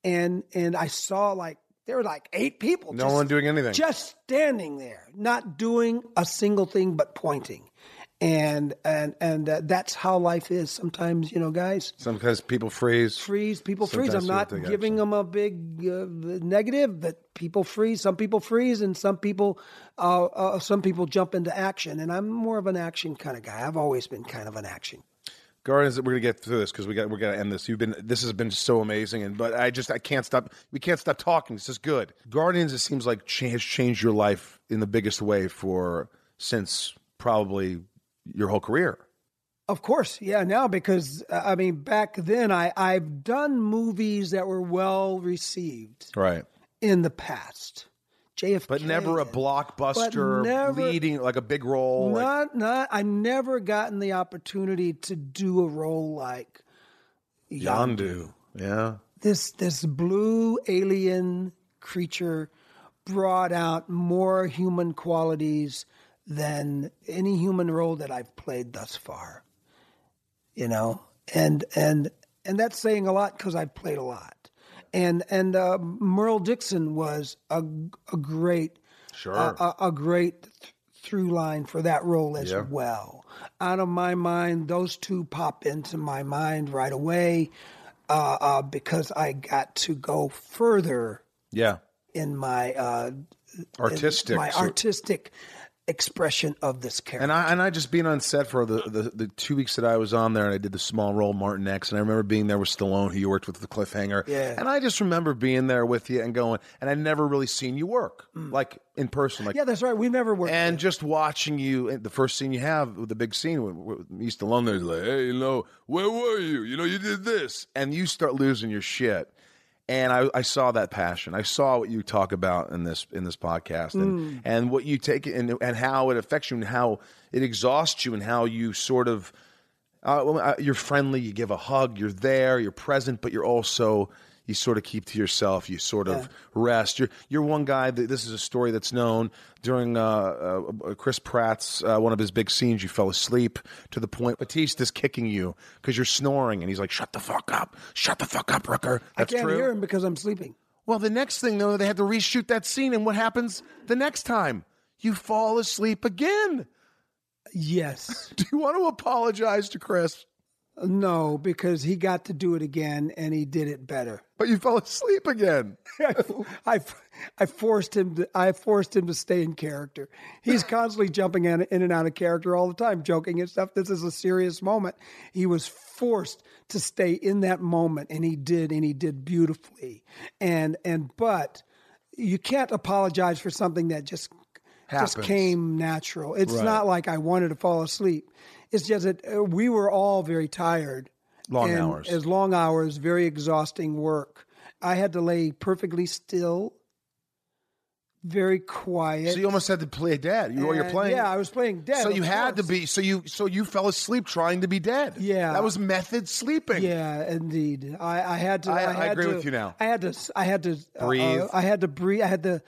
and and I saw like there were like eight people. No just one doing anything. just standing there, not doing a single thing but pointing, and and and uh, that's how life is. Sometimes you know, guys Sometimes people freeze. freeze. People freeze. Sometimes I'm you not don't take giving them a big uh, negative, but people freeze. Some people freeze, and some people, uh, uh, some people jump into action. And I'm more of an action kind of guy. I've always been kind of an action. Guardians, we're gonna get through this because we got we're gonna end this. You've been this has been so amazing, and but I just I can't stop. We can't stop talking. This is good. Guardians, it seems like cha- has changed your life in the biggest way for since probably your whole career. Of course, yeah, now because uh, I mean, back then I I've done movies that were well received. Right, in the past. JFK, but never a and- blockbuster never- leading like a big role. like- Not, not. I never gotten the opportunity to do a role like Yondu. Yeah. this. This blue alien creature brought out more human qualities than any human role that I've played thus far. You know, and and and that's saying a lot because I've played a lot. And and uh, Merle Dixon was a a great Sure. a, a, a great th- through line for that role as well. Out of my mind, those two pop into my mind right away uh, uh, because I got to go further yeah. in my uh, Artistic. my so- artistic expression of this character. And I and I just being on set for the, the the two weeks that I was on there, and I did the small role Martin X, and I remember being there with Stallone, who you worked with at the cliffhanger. Yeah. And I just remember being there with you and going, and I never really seen you work like in person, like yeah, that's right. We never worked. and just watching you, and the first scene you have, the big scene with, with me, Stallone, there's like, hey, you know, where were you? You know, you did this, and you start losing your shit. And I, I saw that passion. I saw what you talk about in this in this podcast, and and what you take and and how it affects you, and how it exhausts you, and how you sort of uh, well, uh, you're friendly, you give a hug, you're there, you're present, but you're also you sort of keep to yourself, you sort of rest. You're you're one guy that this is a story that's known during uh, uh, uh, Chris Pratt's uh, one of his big scenes. You fell asleep to the point Batista's kicking you because you're snoring, and he's like, "Shut the fuck up, shut the fuck up, Rooker." I That's can't true. hear him because I'm sleeping. Well, the next thing though, they had to reshoot that scene, and what happens the next time? You fall asleep again. Yes. Do you want to apologize to Chris? No, because he got to do it again and he did it better. But you fell asleep again. I, I, I forced him to I forced him to stay in character. He's constantly jumping in, in and out of character all the time, joking and stuff. This is a serious moment. He was forced to stay in that moment, and he did, and he did beautifully. And and but you can't apologize for something that just Happens. just came natural. It's not like I wanted to fall asleep. It's just that uh, we were all very tired. Long and hours. As long hours, very exhausting work. I had to lay perfectly still, very quiet. So you almost had to play dead. You were you're And, playing. Yeah, I was playing dead. so of you had to course. be. So you. So you fell asleep trying to be dead. Yeah. That was method sleeping. Yeah, indeed. I, I had to. I- I, I had agree to- with you now. I had to. I had to uh, Breathe. uh, I had to breathe. I had to.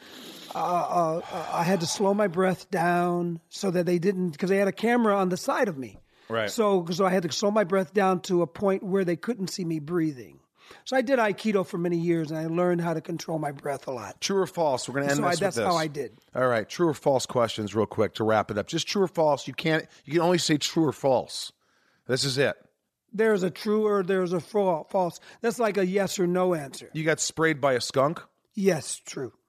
Uh, uh, uh, I had to slow my breath down so that they didn't, because they had a camera on the side of me. Right. So, so I had to slow my breath down to a point where they couldn't see me breathing. So I did Aikido for many years, and I learned how to control my breath a lot. True or false? We're gonna end So this I- with that's this. how I did. All right. True or false questions, real quick, to wrap it up. Just true or false. You can't. You can only say true or false. This is it. There's a true or there's a fal- false. That's like a yes or no answer. You got sprayed by a skunk. Yes, true.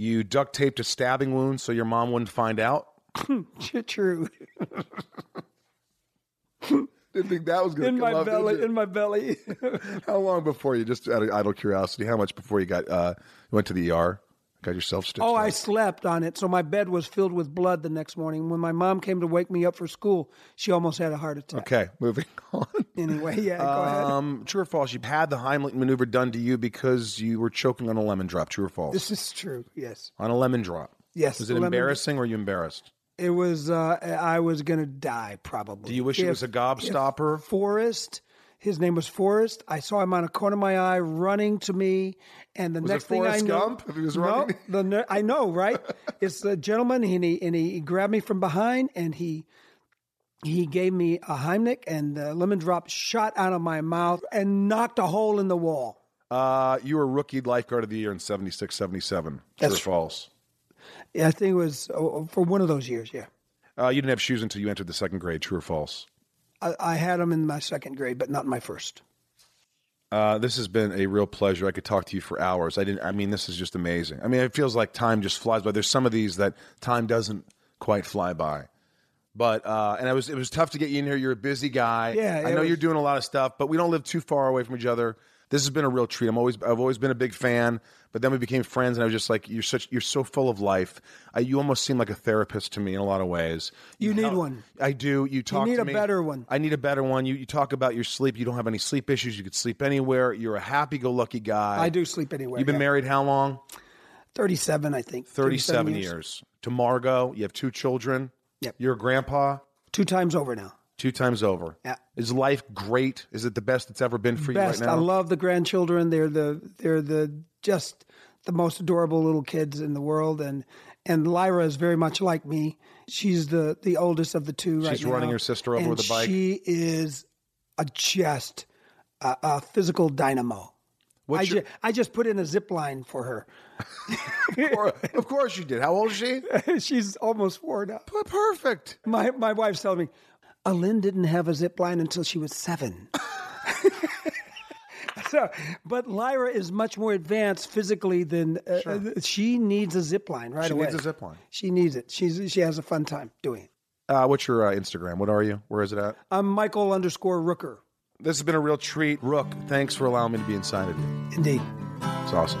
You duct taped a stabbing wound so your mom wouldn't find out. True. Didn't think that was gonna In come my up, did belly. you? In my belly. How long before you just out of idle curiosity? How much before you got uh, you went to the ER? Got yourself stitched? Oh, I up? slept on it, so my bed was filled with blood the next morning. When my mom came to wake me up for school, she almost had a heart attack. Okay, moving on. Anyway, yeah, go ahead. Um, true or false? You've had the Heimlich maneuver done to you because you were choking on a lemon drop. True or false? This is true. Yes, on a lemon drop. yes. Was it lemon- embarrassing or were you embarrassed? It was. Uh, I was gonna die probably. Do you wish it was a gobstopper? Forrest? His name was Forrest. I saw him on a corner of my eye running to me, and the it next thing I Forrest know, Gump, if he was running? No, the ner- I know, right? it's the gentleman, and he and he grabbed me from behind, and he he gave me a Heimlich, and the lemon drop shot out of my mouth and knocked a hole in the wall. Uh, you were rookie lifeguard of the year in 76, 77. True or That's- false? I think it was uh, for one of those years. Yeah, Uh, you didn't have shoes until you entered the second grade. True or false? I, I had him in my second grade, but not in my first. Uh, this has been a real pleasure. I could talk to you for hours. I didn't. I mean, this is just amazing. I mean, it feels like time just flies by. There's some of these that time doesn't quite fly by. But uh, and I was it was tough to get you in here. You're a busy guy. Yeah, I it know was- you're doing a lot of stuff, but we don't live too far away from each other. This has been a real treat. I'm always I've always been a big fan, but then we became friends, and I was just like, you're such you're so full of life. I, you almost seem like a therapist to me in a lot of ways. You need help- one. I do. You talk. need to a me. better one. I need a better one. You, you talk about your sleep. You don't have any sleep issues. You could sleep anywhere. You're a happy-go-lucky guy. I do sleep anywhere. You've been yeah. married how long? thirty-seven, I think. 37, years. To Margot, you have two children. Yep. You're a grandpa Two times over now. two times over. Yeah. Is life great? Is it the best it's ever been for best. you right I now? love the grandchildren. They're the they're the just the most adorable little kids in the world. And and Lyra is very much like me. She's the the oldest of the two. right She's running now. her sister over And with a bike. She is a just a, a physical dynamo. I, What's ju- I just put in a zip line for her. your, of course you did. How old is she? She's almost four now. P- Perfect. My my wife's telling me, Alin didn't have a zip line until she was seven. so, but Lyra is much more advanced physically than uh, uh, she needs a zip line right She away. needs a zip line. She needs it. She's she has a fun time doing it. Uh, what's your uh, Instagram? What are you? Where is it at? I'm Michael underscore Rooker. This has been a real treat. Rook, thanks for allowing me to be inside of you. Indeed. It's awesome.